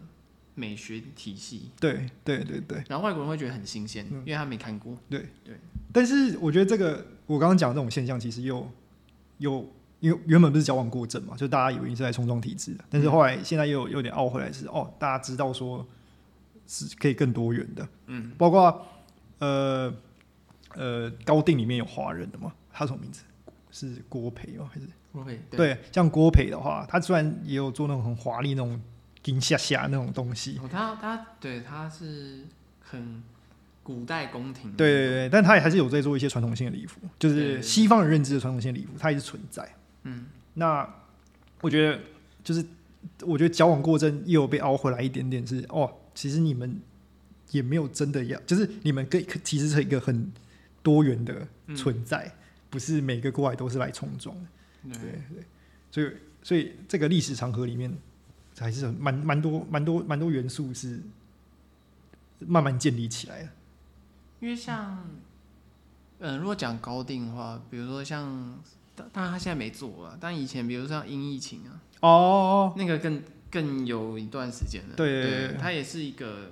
B: 美学体系，
A: 对，对，对，对。
B: 然后外国人会觉得很新鲜，
A: 嗯
B: 因为他没看过。
A: 但是我觉得这个我刚刚讲的这种现象，其实又又因为原本不是矫枉过正嘛，就大家以为你是在冲撞体制的，
B: 嗯
A: 但是后来现在又有有点懊悔来是哦，大家知道说是可以更多元的，
B: 嗯，
A: 包括呃呃高定里面有华人的嘛，他什么名字？是郭培吗？还是？
B: 我会对，
A: 对，像郭培的话，他虽然也有做那种很华丽那种金下下那种东西，
B: 哦他他对他是很古代宫廷，
A: 对对，对，但他也还是有在做一些传统性的礼服，就
B: 嗯对对
A: 是
B: 对
A: 西方人认知的传统性的礼服，它也是存在。
B: 嗯，
A: 那我觉得就是，我觉得矫枉过正又有被熬回来一点点是哦，其实你们也没有真的要，就是你们跟其实是一个很多元的
B: 嗯
A: 存在，不是每个过来都是来冲撞的。对
B: 对，
A: 对，所以所以这个历史长河里面还是很蛮蛮多蛮多蛮多元素是慢慢建立起来的。
B: 因为像嗯、如果讲高定的话，比如说像，当当然他现在没做了，但以前比如说像殷疫情啊，
A: 哦，
B: 那个更更有一段时间了，
A: 对对
B: 对
A: 对，
B: 它也是一个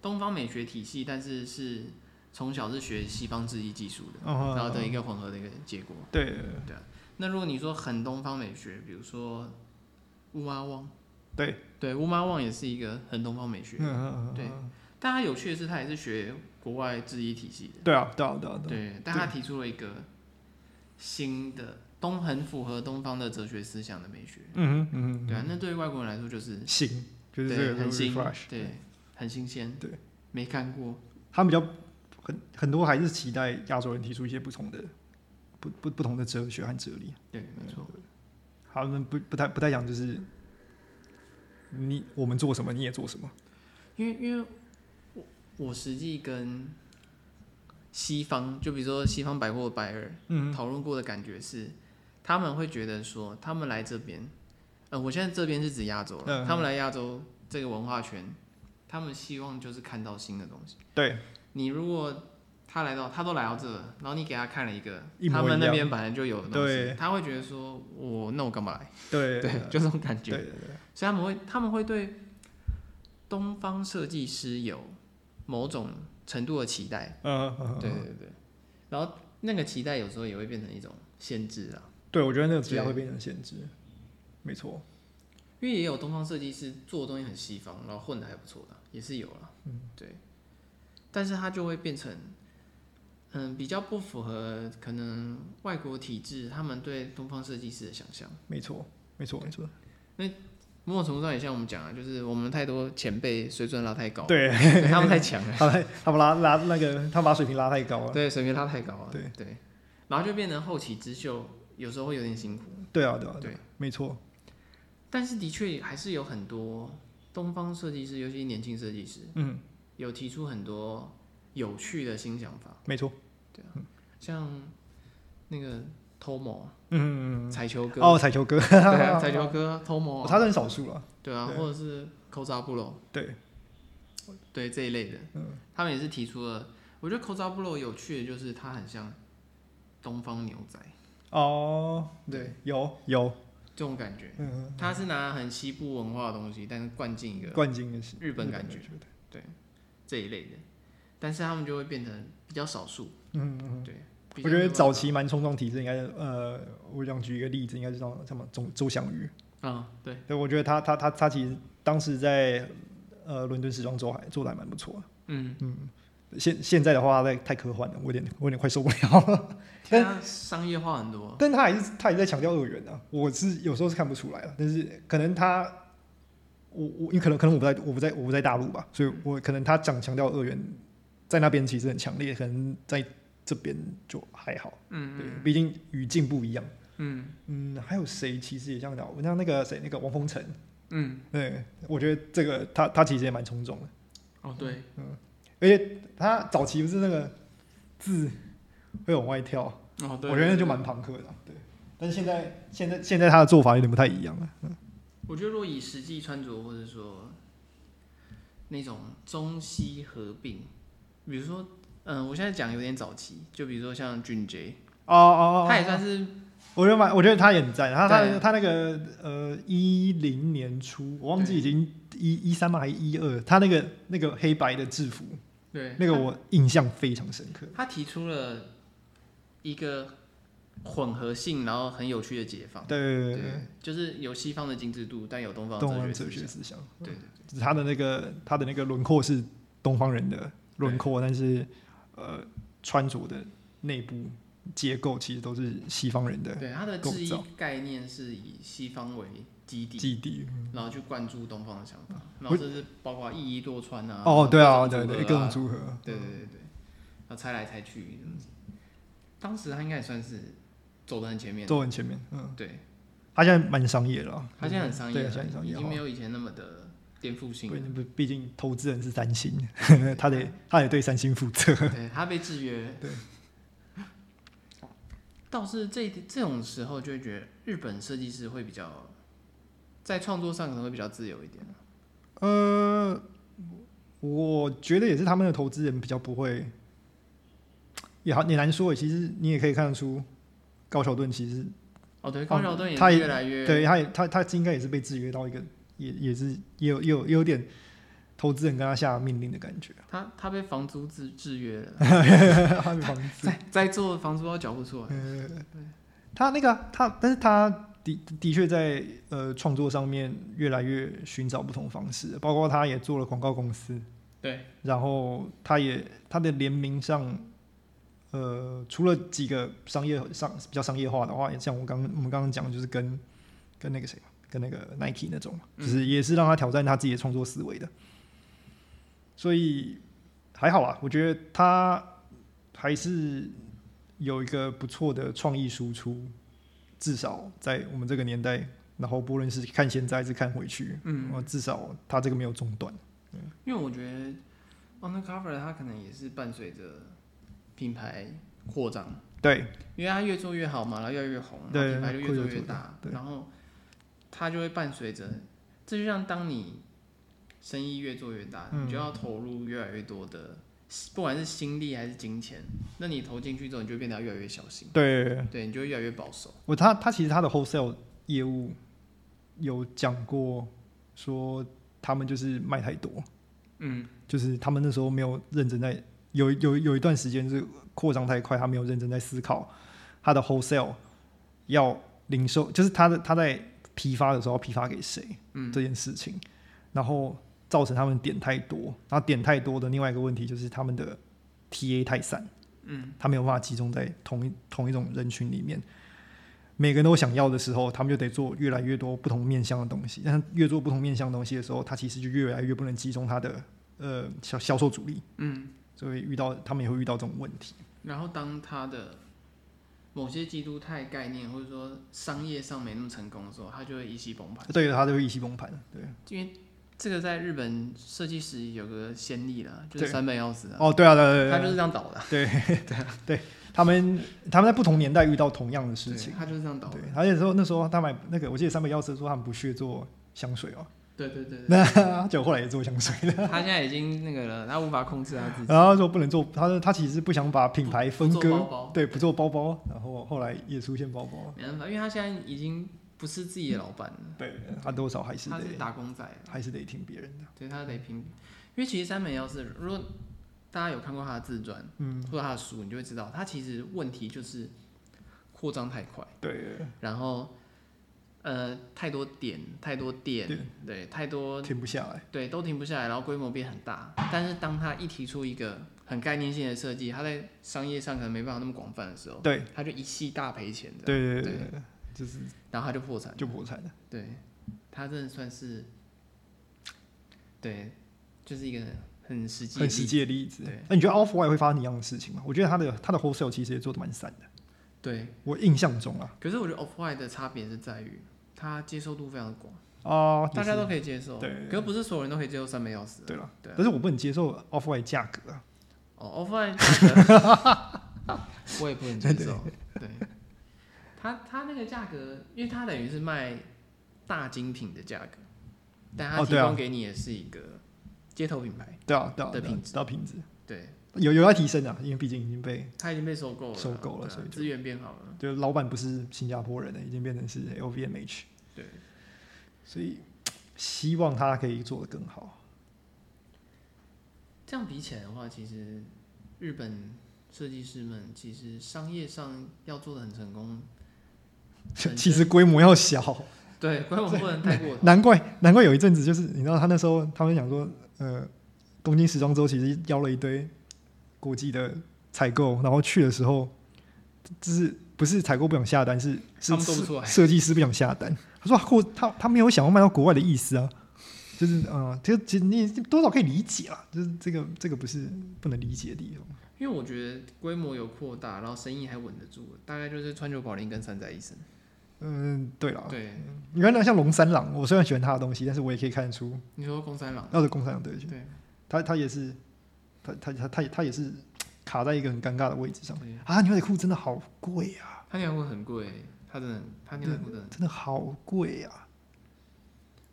B: 东方美学体系，但是是从小是学西方制衣技术的。
A: 嗯
B: 然后的一
A: 对
B: 个混合的一个结果。
A: 哦对
B: 那如果你说很东方美学，比如说乌阿旺，
A: 对，
B: 对，乌妈旺也是一个很东方美学。
A: 嗯嗯嗯，
B: 对
A: 嗯
B: 但他有趣的是，他也是学国外制衣体系
A: 对啊，对啊，对啊，
B: 的，
A: 对啊，
B: 对，但他提出了一个新的东，很符合东方的哲学思想的美学。
A: 嗯哼嗯哼，
B: 对啊，那对于外国人来说就是
A: 新就是这
B: 对
A: 个
B: 很
A: 就是
B: 新
A: refresh，，
B: 对，很新鲜，
A: 对，
B: 没看过，
A: 他们比较很很多还是期待亚洲人提出一些不同的不不不同的哲学和哲理。
B: 对，没错，
A: 他们不不太不太讲，就是你我们做什么你也做什么。
B: 因为因为我我实际跟西方，就比如说西方百货百尔
A: 嗯
B: 讨论过的感觉是，他们会觉得说，他们来这边，呃，我现在这边是指亚洲了，
A: 嗯
B: 他们来亚洲这个文化圈，他们希望就是看到新的东西。
A: 对，
B: 你如果他来到，他都来到这了，然后你给他看了一个
A: 一模
B: 他们
A: 一
B: 那
A: 样
B: 边本来就有的东西
A: 对，
B: 他会觉得说，我那我干嘛来？
A: 对
B: 对，
A: 呃
B: 就这种感觉
A: 对。对对，
B: 所以他们会他们会对东方设计师有某种程度的期待。
A: 嗯嗯，
B: 对对对对，然后那个期待有时候也会变成一种限制啊，
A: 对，我觉得那个指标会
B: 对
A: 变成限制，没错。
B: 因为也有东方设计师做的东西很西方，然后混的还不错的，也是有了。嗯，对，但是他就会变成。嗯，比较不符合可能外国体制他们对东方设计师的想象。
A: 没错，没错，没错。
B: 某种程度上也像我们讲啊，就是我们太多前辈水准拉太高，
A: 对，
B: 对他们太强了。
A: 他把他把拉拉那个，他把水平拉太高了。
B: 对，水平拉太高了。
A: 啊对
B: 对，然后就变成后起之秀，有时候会有点辛苦。
A: 对啊，对啊，
B: 对
A: 啊，没错。
B: 但是的确还是有很多东方设计师，尤其是年轻设计师，
A: 嗯，
B: 有提出很多有趣的新想法，
A: 没错。
B: 像那个 Tomo
A: 嗯，嗯
B: 彩球哥，
A: 哦，彩球哥，
B: [LAUGHS]
A: [LAUGHS]
B: 对啊，彩球哥 Tomo，
A: 哦他是很少数了。
B: 对啊，
A: 对
B: 或者是 c o s a b u l o
A: 对，
B: 对这一类的，
A: 嗯
B: 他们也是提出了。我觉得 c o s a b u l o 有趣的就是它很像东方牛仔
A: 哦，
B: 对，
A: 有有，
B: 这种感觉，
A: 嗯，
B: 他是拿很西部文化的东西，但是灌进一个
A: 冠军的是
B: 日本感觉
A: 日的
B: 这一类的，但是他们就会变成比较少数。
A: 嗯嗯。
B: 对，比较
A: 我觉得
B: 没有办法
A: 早期蛮冲撞体制，应该是呃，我想举一个例子，应该是像什么周周翔宇，
B: 啊、对，
A: 对，我觉得他他他他其实当时在呃伦敦时装周还做的还蛮不错
B: 嗯，
A: 的。现现在的话，太太科幻了，我有点我有点快受不了了。
B: 但它商业化很多，
A: 但他还是他也在强调二元啊，我是有时候是看不出来了，但是可能他我我因为可能可能我不在我不在我不在大陆吧，所以我可能他讲强调二元在那边其实很强烈，可能在这边就还好，
B: 嗯
A: 对，毕竟语境不一样。
B: 嗯
A: 嗯，还有谁其实也这样讲？像那个谁，那个王峰成，
B: 嗯，
A: 对，我觉得这个他他其实也蛮冲撞的，
B: 哦对，
A: 而且他早期不是那个字会往外跳，
B: 哦对，
A: 我觉得那就蛮朋克的，对。但是现在现在现在他的做法有点不太一样了，
B: 我觉得如果以实际穿着或者说那种中西合并，比如说。嗯，我现在讲有点早期，就比如说像俊杰，
A: 哦哦
B: 他也算是
A: 我觉得蛮，我觉得他也很赞。他
B: 对
A: 他他那个呃一零年初，我忘记已经一一三吗还是一二，他那个那个黑白的制服，
B: 对
A: 那个我印象非常深刻。
B: 他提出了一个混合性，然后很有趣的解放。
A: 对对对对
B: 对，就是有西方的精致度，但有东
A: 对，
B: 方的
A: 东方
B: 哲
A: 哲
B: 学
A: 学
B: 思想。
A: 思想。
B: 对对
A: 只是他的那个他的那个轮廓是东方人的轮廓，但是呃穿着的内部结构其实都是西方人的
B: 对，它的
A: 构
B: 制衣
A: 造
B: 概念是以西方为基底，
A: 基地。
B: 然后去灌注东方的想法，然
A: 我
B: 后这是包括一衣多穿啊。
A: 哦，对啊，
B: 各
A: 对
B: 种
A: 对，各
B: 组合
A: 种
B: 啊
A: 组合。嗯
B: 对对对对，然后猜来猜去这样子。当时他应该也算是走的很前面，
A: 都很前面，嗯，
B: 对，
A: 他现在蛮商业了啊，
B: 他现在很商业
A: 对，现在很
B: 了，
A: 商
B: 已
A: 业
B: 经
A: 化
B: 没有以前那么的颠覆性了。
A: 不不，毕竟投资人是三星， [LAUGHS] 他得他得对三星负责。
B: [LAUGHS] 对他被制约。
A: 对。
B: 倒是这这种时候就会觉得日本设计师会比较，在创作上可能会比较自由一点。
A: 呃，我觉得也是他们的投资人比较不会，也好也难说。欸其实你也可以看得出，高桥盾其实
B: 哦，对，
A: 哦
B: 高桥盾也
A: 他
B: 是
A: 也
B: 越来越
A: 对，他也他他应该也是被制约到一个，也也是也有也有也有点投资人跟他下命令的感觉， [LAUGHS]
B: 他他被房租制制约了， [LAUGHS]
A: 他的房子。
B: 在在做房租要缴不出来。
A: 呃，他那个啊他，但是他的的确在呃创作上面越来越寻找不同方式，包括他也做了广告公司，
B: 对，
A: 然后他也他的联名上，呃，除了几个商业上比较商业化的话，也像我刚我们刚刚讲，就是跟跟那个谁嘛，跟那个 Nike 那种嘛，就是也是让他挑战他自己的创作思维的。所以还好啊，我觉得他还是有一个不错的创意输出，至少在我们这个年代，然后不论是看现在还是看回去，
B: 嗯，
A: 呃，至少他这个没有中断。
B: 因为我觉得 Undercover 它可能也是伴随着品牌扩张，
A: 对，
B: 因为它越做越好嘛，然后越来越红，然后
A: 对
B: 品牌就越
A: 会
B: 做
A: 有
B: 越
A: 做
B: 大，
A: 对
B: 然后它就会伴随着，这就像当你生意越做越大，
A: 嗯
B: 你就要投入越来越多的，不管是心力还是金钱，那你投进去之后，你就变得越来越小心，
A: 对，
B: 对，你就会越来越保守，
A: 我他他其实他的 wholesale 业务有讲过，说他们就是卖太多，
B: 嗯，
A: 就是他们那时候没有认真在有有有一段时间是扩张太快，他没有认真在思考他的 wholesale 要零售，就是他的他在批发的时候要批发给谁，
B: 嗯
A: 这件事情，然后造成他们点太多，然后点太多的另外一个问题就是他们的 TA 太散，
B: 嗯，
A: 他没有办法集中在同一同一种人群里面。每个人都想要的时候，他们就得做越来越多不同面向的东西。但是越做不同面向的东西的时候，他其实就越来越不能集中他的呃销销售主力，
B: 嗯，
A: 所以遇到他们也会遇到这种问题。
B: 然后当它的某些基督派概念或者说商业上没那么成功的时候，它就会一夕崩盘。
A: 对，他就会一起崩盘。对，
B: 因为这个在日本设计师有个先例啦，就是
A: 对
B: 三本耀司啊，
A: 哦，对啊，对对对，
B: 他就是这样倒的啊，
A: 对对，他们他们在不同年代遇到同样的事
B: 对
A: 情。
B: 他就是这样倒的
A: 对，，而且说那时候他买那个，我记得三本药师说他们不屑做香水哦、
B: 对对对
A: [LAUGHS] 那他就后来也做香水了。
B: 对，他现在已经那个了，他无法控制他
A: [LAUGHS]
B: 自己，
A: 然后他说不能做，他说他其实不想把品牌啊分
B: 不
A: 割，
B: 做包包
A: 对，不做包包，然后后来也出现包包，
B: 没办法，因为他现在已经不是自己的老板了，
A: 对他多少还是
B: 他
A: 得
B: 是打工仔，
A: 还是得听别人的，
B: 对他得拼，因为其实三本耀司，如果大家有看过他的自传
A: 嗯，
B: 或者他的书，你就会知道，他其实问题就是扩张太快。
A: 对，
B: 然后呃太多点，太多店，
A: 对
B: 对，太多
A: 停不下来，
B: 对都停不下来，然后规模变很大。但是当他一提出一个很概念性的设计，他在商业上可能没办法那么广泛的时候，
A: 对，
B: 他就一系大赔钱的，
A: 对对
B: 对
A: 对对，就是
B: 然后他就破产。
A: 就破产了，
B: 对，他真的算是，对，就是一个很实际的
A: 很
B: 例
A: 实
B: 子。
A: 际的例子
B: 对。
A: 那你觉得 Off White 会发生一样的事情吗？我觉得他的他的 wholesale 其实也做的蛮散的，
B: 对，
A: 我印象中啊，
B: 可是我觉得 Off White 的差别是在于，它接受度非常的广，
A: 啊，
B: 大家
A: 也是
B: 都可以接受，
A: 对
B: 可是不是所有人都可以接受三杯钥匙。
A: 对了，
B: 对啊
A: 但是我不能接受 Off White 价格啊，
B: 哦，offline，价格 [LAUGHS] 我也不能接
A: [LAUGHS]
B: 受。对，它它那个价格，因为它等于是卖大精品的价格，但它
A: 哦
B: 提
A: 对啊
B: 供给你的是一个街头品牌。
A: 对啊，对啊，
B: 的
A: 对啊
B: 品质，
A: 到品质
B: 对，
A: 有有要提升啊，因为毕竟已经被
B: 它已经被收购了啊，
A: 收购了
B: 对啊
A: 所以就
B: 资源变好了。
A: 就老板不是新加坡人了，已经变成是 LVMH，
B: 对，
A: 所以希望他可以做得更好。
B: 这样比起来的话，其实日本设计师们其实商业上要做的很成功，本身
A: 其实规模要小，
B: 对，规模不能太
A: [LAUGHS]
B: 过头。
A: 难怪难怪有一阵子就是你知道他那时候他们讲说，呃，东京时装周其实邀了一堆国际的采购，然后去的时候就是不是采购不想下单，是是
B: 他们做不
A: 是
B: 出来
A: 设计师不想下单。他说啊国他他没有想要卖到国外的意思啊，就是嗯，其实其实你也多少可以理解啦，就是这个这个不是不能理解的地方。
B: 因为我觉得规模有扩大，然后生意还稳得住，大概就是川久保玲跟山宅一生。
A: 嗯，对了，
B: 对，
A: 你看那像龙三郎，我虽然喜欢他的东西，但是我也可以看得出，
B: 你说宫三郎，
A: 那是公三郎对不起
B: 对，
A: 他他也是，他他他他他也是卡在一个很尴尬的位置上
B: 对
A: 啊！牛仔裤真的好贵啊，
B: 他牛仔裤很贵，他真的很，他牛仔裤真的很
A: 真的好贵啊，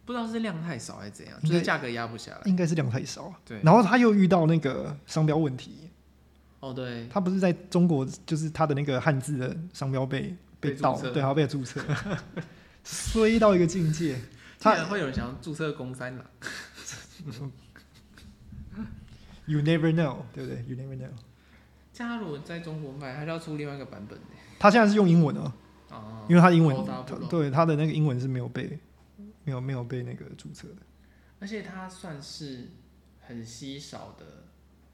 B: 不知道是量太少还是怎样，
A: 应该
B: 就是价格压不下来。
A: 应该是量太少啊。
B: 对，
A: 然后他又遇到那个商标问题，
B: 哦对，
A: 他不是在中国，就是他的那个汉字的商标被
B: 被
A: 被盗
B: 注册，
A: 对，还要被注
B: [LAUGHS]
A: 册，衰到一个境界。
B: 竟然
A: 他
B: 会有人想要注册宫三郎，
A: you never know，对不对？you never know。
B: 这样他如果在中国卖，他就要出另外一个版本的。
A: 他现在是用英文哦，
B: 哦，
A: 因为他英文
B: 高达不
A: 他
B: 够
A: 对他的那个英文是没有被没有没有被那个注册的。
B: 而且它算是很稀少的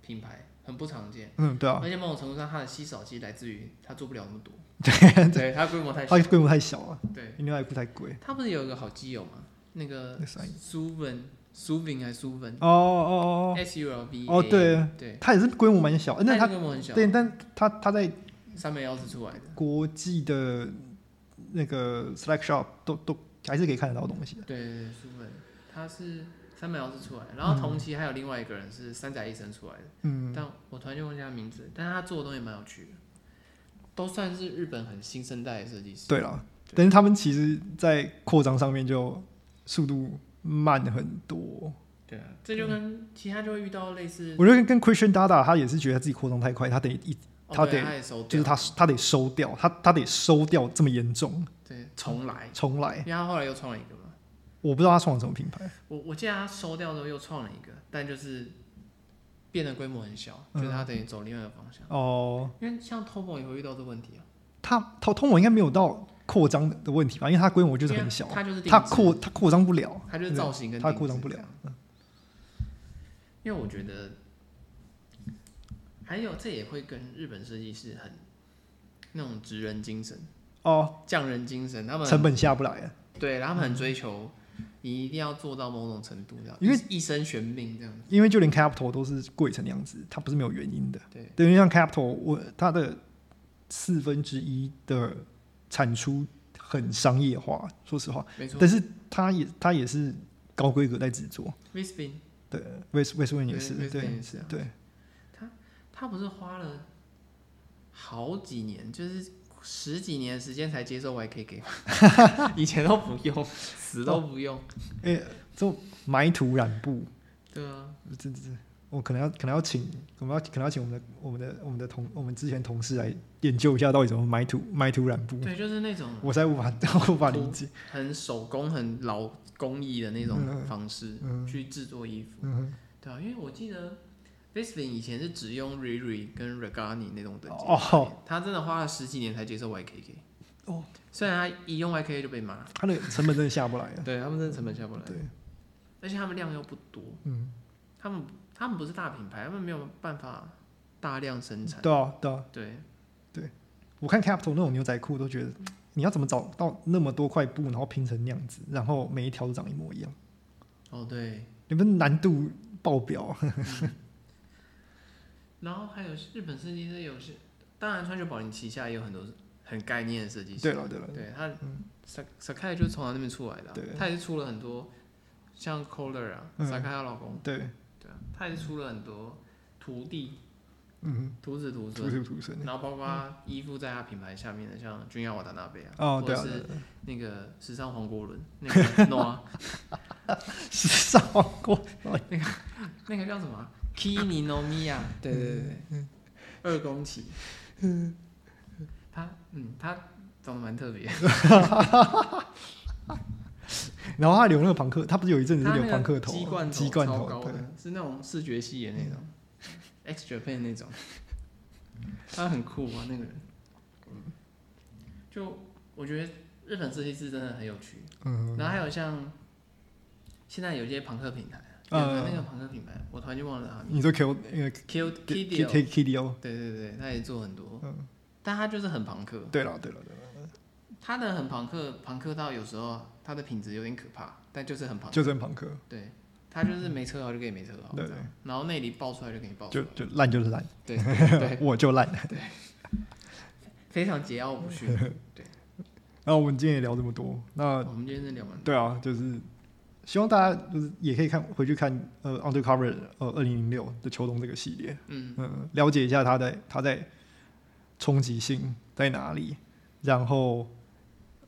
B: 品牌，很不常见。
A: 嗯，对啊，
B: 而且某种程度上，它的稀少其实来自于它做不了那么多，
A: 对，
B: 对，它规模太小
A: 它。规模太小啊了，
B: 对，
A: 因为牛仔裤太贵。
B: 它不是有一个好基友吗？那个
A: 那啥
B: Suvin Suvin 还是 Suvin
A: 哦哦哦
B: S U L V
A: 哦对哦
B: 对，，
A: 它也是规模蛮小，那它
B: 它规模很小，
A: 对，但它它在
B: 三枚腰子出来的。
A: 国际的那个 Slack Shop 都都还是可以看得到东西的。
B: 对对对，苏文，他是三本老师出来，然后同期还有另外一个人是三宅一生出来的，
A: 嗯，
B: 但我突然就忘记他名字，但是他做的东西蛮有趣的，都算是日本很新生代的设计师。
A: 对了，但是他们其实在扩张上面就速度慢很多。
B: 对啊，这
A: 嗯
B: 就跟其他就会遇到类似，
A: 我觉得跟 Christian Dada 他也是觉得他自己扩张太快，他得一
B: 哦
A: 他
B: 对
A: 得
B: 他也收掉，
A: 就是他他得收掉，他他得收掉这么严重，
B: 对重来，
A: 重来
B: 因。为他后来又创了一个嘛，
A: 我不知道他创了什么品牌，
B: 我我记得他收掉之后又创了一个，但就是变得规模很小，就是
A: 嗯
B: 他等于走另外一个方向，
A: 哦、
B: 因为像 Tomo 也会遇到这个问题啊，
A: 他他通我应该没有到扩张的问题吧，因为他规模就是很小，啊
B: 他就是定
A: 他
B: 制
A: 扩他扩张不了，
B: 它就是造型跟
A: 它
B: 定
A: 扩
B: 制
A: 张不
B: 这
A: 了
B: 样。因为我觉得，还有这也会跟日本设计师很那种职人精神、
A: 哦，
B: 匠人精神，他们
A: 成本下不来了。
B: 对，然后他们很追求你一定要做到某种程度，这样，
A: 因为
B: 一生悬命这样。
A: 因为就连 Capital 都是贵成那样子，它不是没有原因的。
B: 对，
A: 对，因为像 Capital，我它的四分之一的产出很商业化，说实话，
B: 没错
A: 但是它也它也是高规格在制作。
B: ，Vispin
A: 对，West Westwind 也
B: 对
A: 是，
B: West
A: 对
B: Wing 也是啊
A: 对，
B: 他不是花了好几年，就是十几年的时间才接受 YKK，以 [LAUGHS] 前都不用，死
A: 哦
B: 都不用。
A: 这种埋土染布，
B: 对啊，
A: 这这，我可能要可能要请我们要可能要请我们的我们的我们的同我们之前同事来研究一下到底怎么埋土埋土染布，
B: 对，就是那种
A: 我才无法无法理解。
B: 很手工、很老工艺的那种
A: 嗯
B: 方式、
A: 嗯
B: 去制作衣服，
A: 嗯哼，
B: 对啊，因为我记得 v i s l i n 以前是只用 Riri 跟 Regani 那种等级的
A: 哦
B: 概念，他真的花了十几年才接受 YKK。
A: 哦，
B: 虽然他一用 YKK 就被骂，
A: 它的成本真的下不来了。
B: 对他们真的成本下不来，
A: 对，
B: 而且他们量又不多，
A: 嗯。
B: 他们他们不是大品牌，他们没有办法大量生产，
A: 对啊，对啊，
B: 对，
A: 我看 Capital 那种牛仔裤都觉得，你要怎么找到那么多块布，然后拼成那样子，然后每一条都长一模一样，
B: 哦对，
A: 你们难度爆表。啊
B: 然后还有日本设计师有些，当然川久保玲旗下也有很多很概念的设计师，
A: 对了，对了，
B: 对他，Sa Sakai 就是从他那边出来的啊、
A: 对
B: 他也是出了很多像 Kohler 啊
A: 嗯
B: ，Sakai 她老公，
A: 对，
B: 对啊，他也是出了很多徒弟、
A: 嗯，
B: 徒子徒
A: 徒手
B: 孙，
A: 徒孙。
B: 然后包括依附在他品牌下面的像君耀瓦达纳贝啊，
A: 哦，
B: 或
A: 对
B: 者
A: 啊，
B: 是
A: 对啊
B: 那个时尚黄国伦，那个 Noa，
A: [LAUGHS] 时尚过，
B: 那个叫什么啊 Kini no Miya，对对对
A: 嗯
B: 对，二宫崎，他嗯他长得蛮特
A: [LAUGHS]
B: 别的，
A: 然后他留那个朋克，他不是有一阵子
B: 他
A: 留
B: 那
A: 朋克
B: 个
A: 头，啊
B: 鸡冠
A: 鸡冠
B: 超
A: 头，
B: 高
A: 对嗯
B: 的，，是那种视觉系的那种，X Japan 那种，他很酷啊，那个人。就我觉得日本设计师真的很有趣，
A: 嗯，
B: 然后还有像现在有一些朋克品牌，有
A: 呃
B: 个那个朋克品牌，我突然就忘了他啊名
A: 你说呃 Q 那个
B: ，Kill
A: K
B: Kill，
A: K
B: 对
A: K K D O，
B: 对对，他也做很多
A: 嗯，
B: 但他就是很朋克，
A: 对了，对了，对了，
B: 他的很朋克，朋克到有时候他的品质有点可怕，但就是很朋克，
A: 就是很朋克，
B: 对他就是没车好就给你没车好，
A: 对
B: 这样然后内里爆出来就给你爆出
A: 就
B: 来，
A: 就烂就是烂，
B: 对对对，
A: 我就烂。 [LAUGHS]
B: 非常桀骜不驯。对，
A: 然后我们今天也聊这么多，那
B: 我们今天真的聊完，
A: 对啊，就是希望大家就是也可以看回去看呃 Undercover 呃二零零六的秋冬这个系列，
B: 嗯，
A: 嗯，了解一下它在它在冲击性在哪里，然后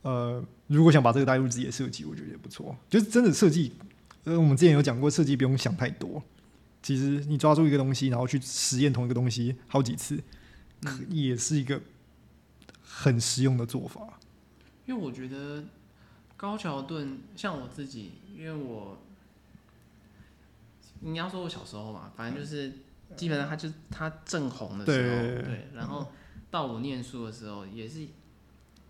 A: 呃如果想把这个带入自己的设计，我觉得也不错，就是真的设计，呃我们之前有讲过，设计不用想太多，其实你抓住一个东西，然后去实验同一个东西好几次，可也是一个很实用的做法。
B: 因为我觉得高桥盾像我自己，因为我你要说我小时候嘛，反正就是基本上他就他正红的时候，
A: 对
B: 对，然后到我念书的时候也是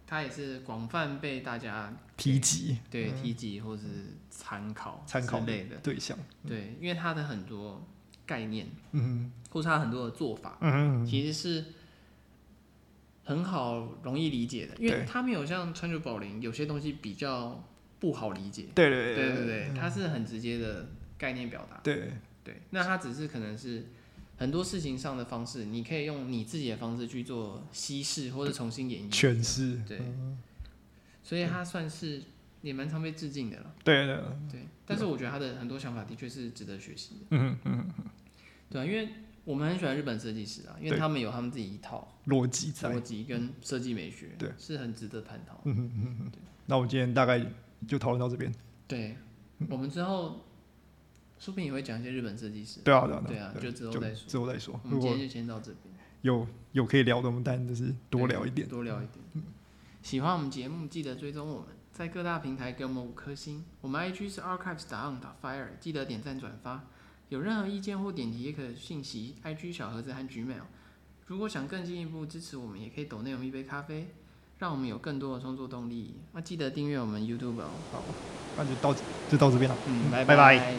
B: 它也是广泛被大家
A: 提及
B: 对提及或是参考
A: 嗯参考
B: 之类的，
A: 对象。
B: 对，因为它的很多概念
A: 嗯
B: 或是它很多的做法
A: 哼，嗯哼
B: 其实是很好容易理解的，因为
A: 对
B: 它没有像川久保玲有些东西比较不好理解，
A: 对对嗯
B: 对
A: 对
B: 对对，它是很直接的概念表达。
A: 对
B: 对，那他只是可能是很多事情上的方式，你可以用你自己的方式去做稀释或者重新演绎，
A: 诠释，
B: 对，所以他算是也蛮常被致敬的了。
A: 对对，
B: 对，但是我觉得他的很多想法的确是值得学习的，
A: 嗯哼嗯哼，
B: 对啊，因为我们很喜欢日本设计师啊，因为
A: 对
B: 他们有他们自己一套
A: 逻辑在。
B: 逻辑跟设计美学，
A: 对，
B: 是很值得探讨。
A: 嗯哼嗯哼，那我们今天大概就讨论到这边。
B: 对，我们之后说不定也会讲一些日本设计师，
A: 对啊对啊
B: 对啊，就之后再说。
A: 之后再说。
B: 我
A: 如
B: 们今
A: 果
B: 天就先到这边。
A: 有有可以聊的，我们当然就是多聊一点。嗯
B: 多聊一点。喜欢我们节目，记得追踪我们，在各大平台给我们五颗星。我们 IG 是 archives 打 on 打 fire，记得点赞转发。有任何意见或点题，也可信息 IG 小盒子和 Gmail。如果想更进一步支持我们，也可以抖内容一杯咖啡，让我们有更多的创作动力。那、记得订阅我们 YouTube 哦。
A: 那就到就到这边了。
B: 嗯，
A: 拜
B: 拜
A: 拜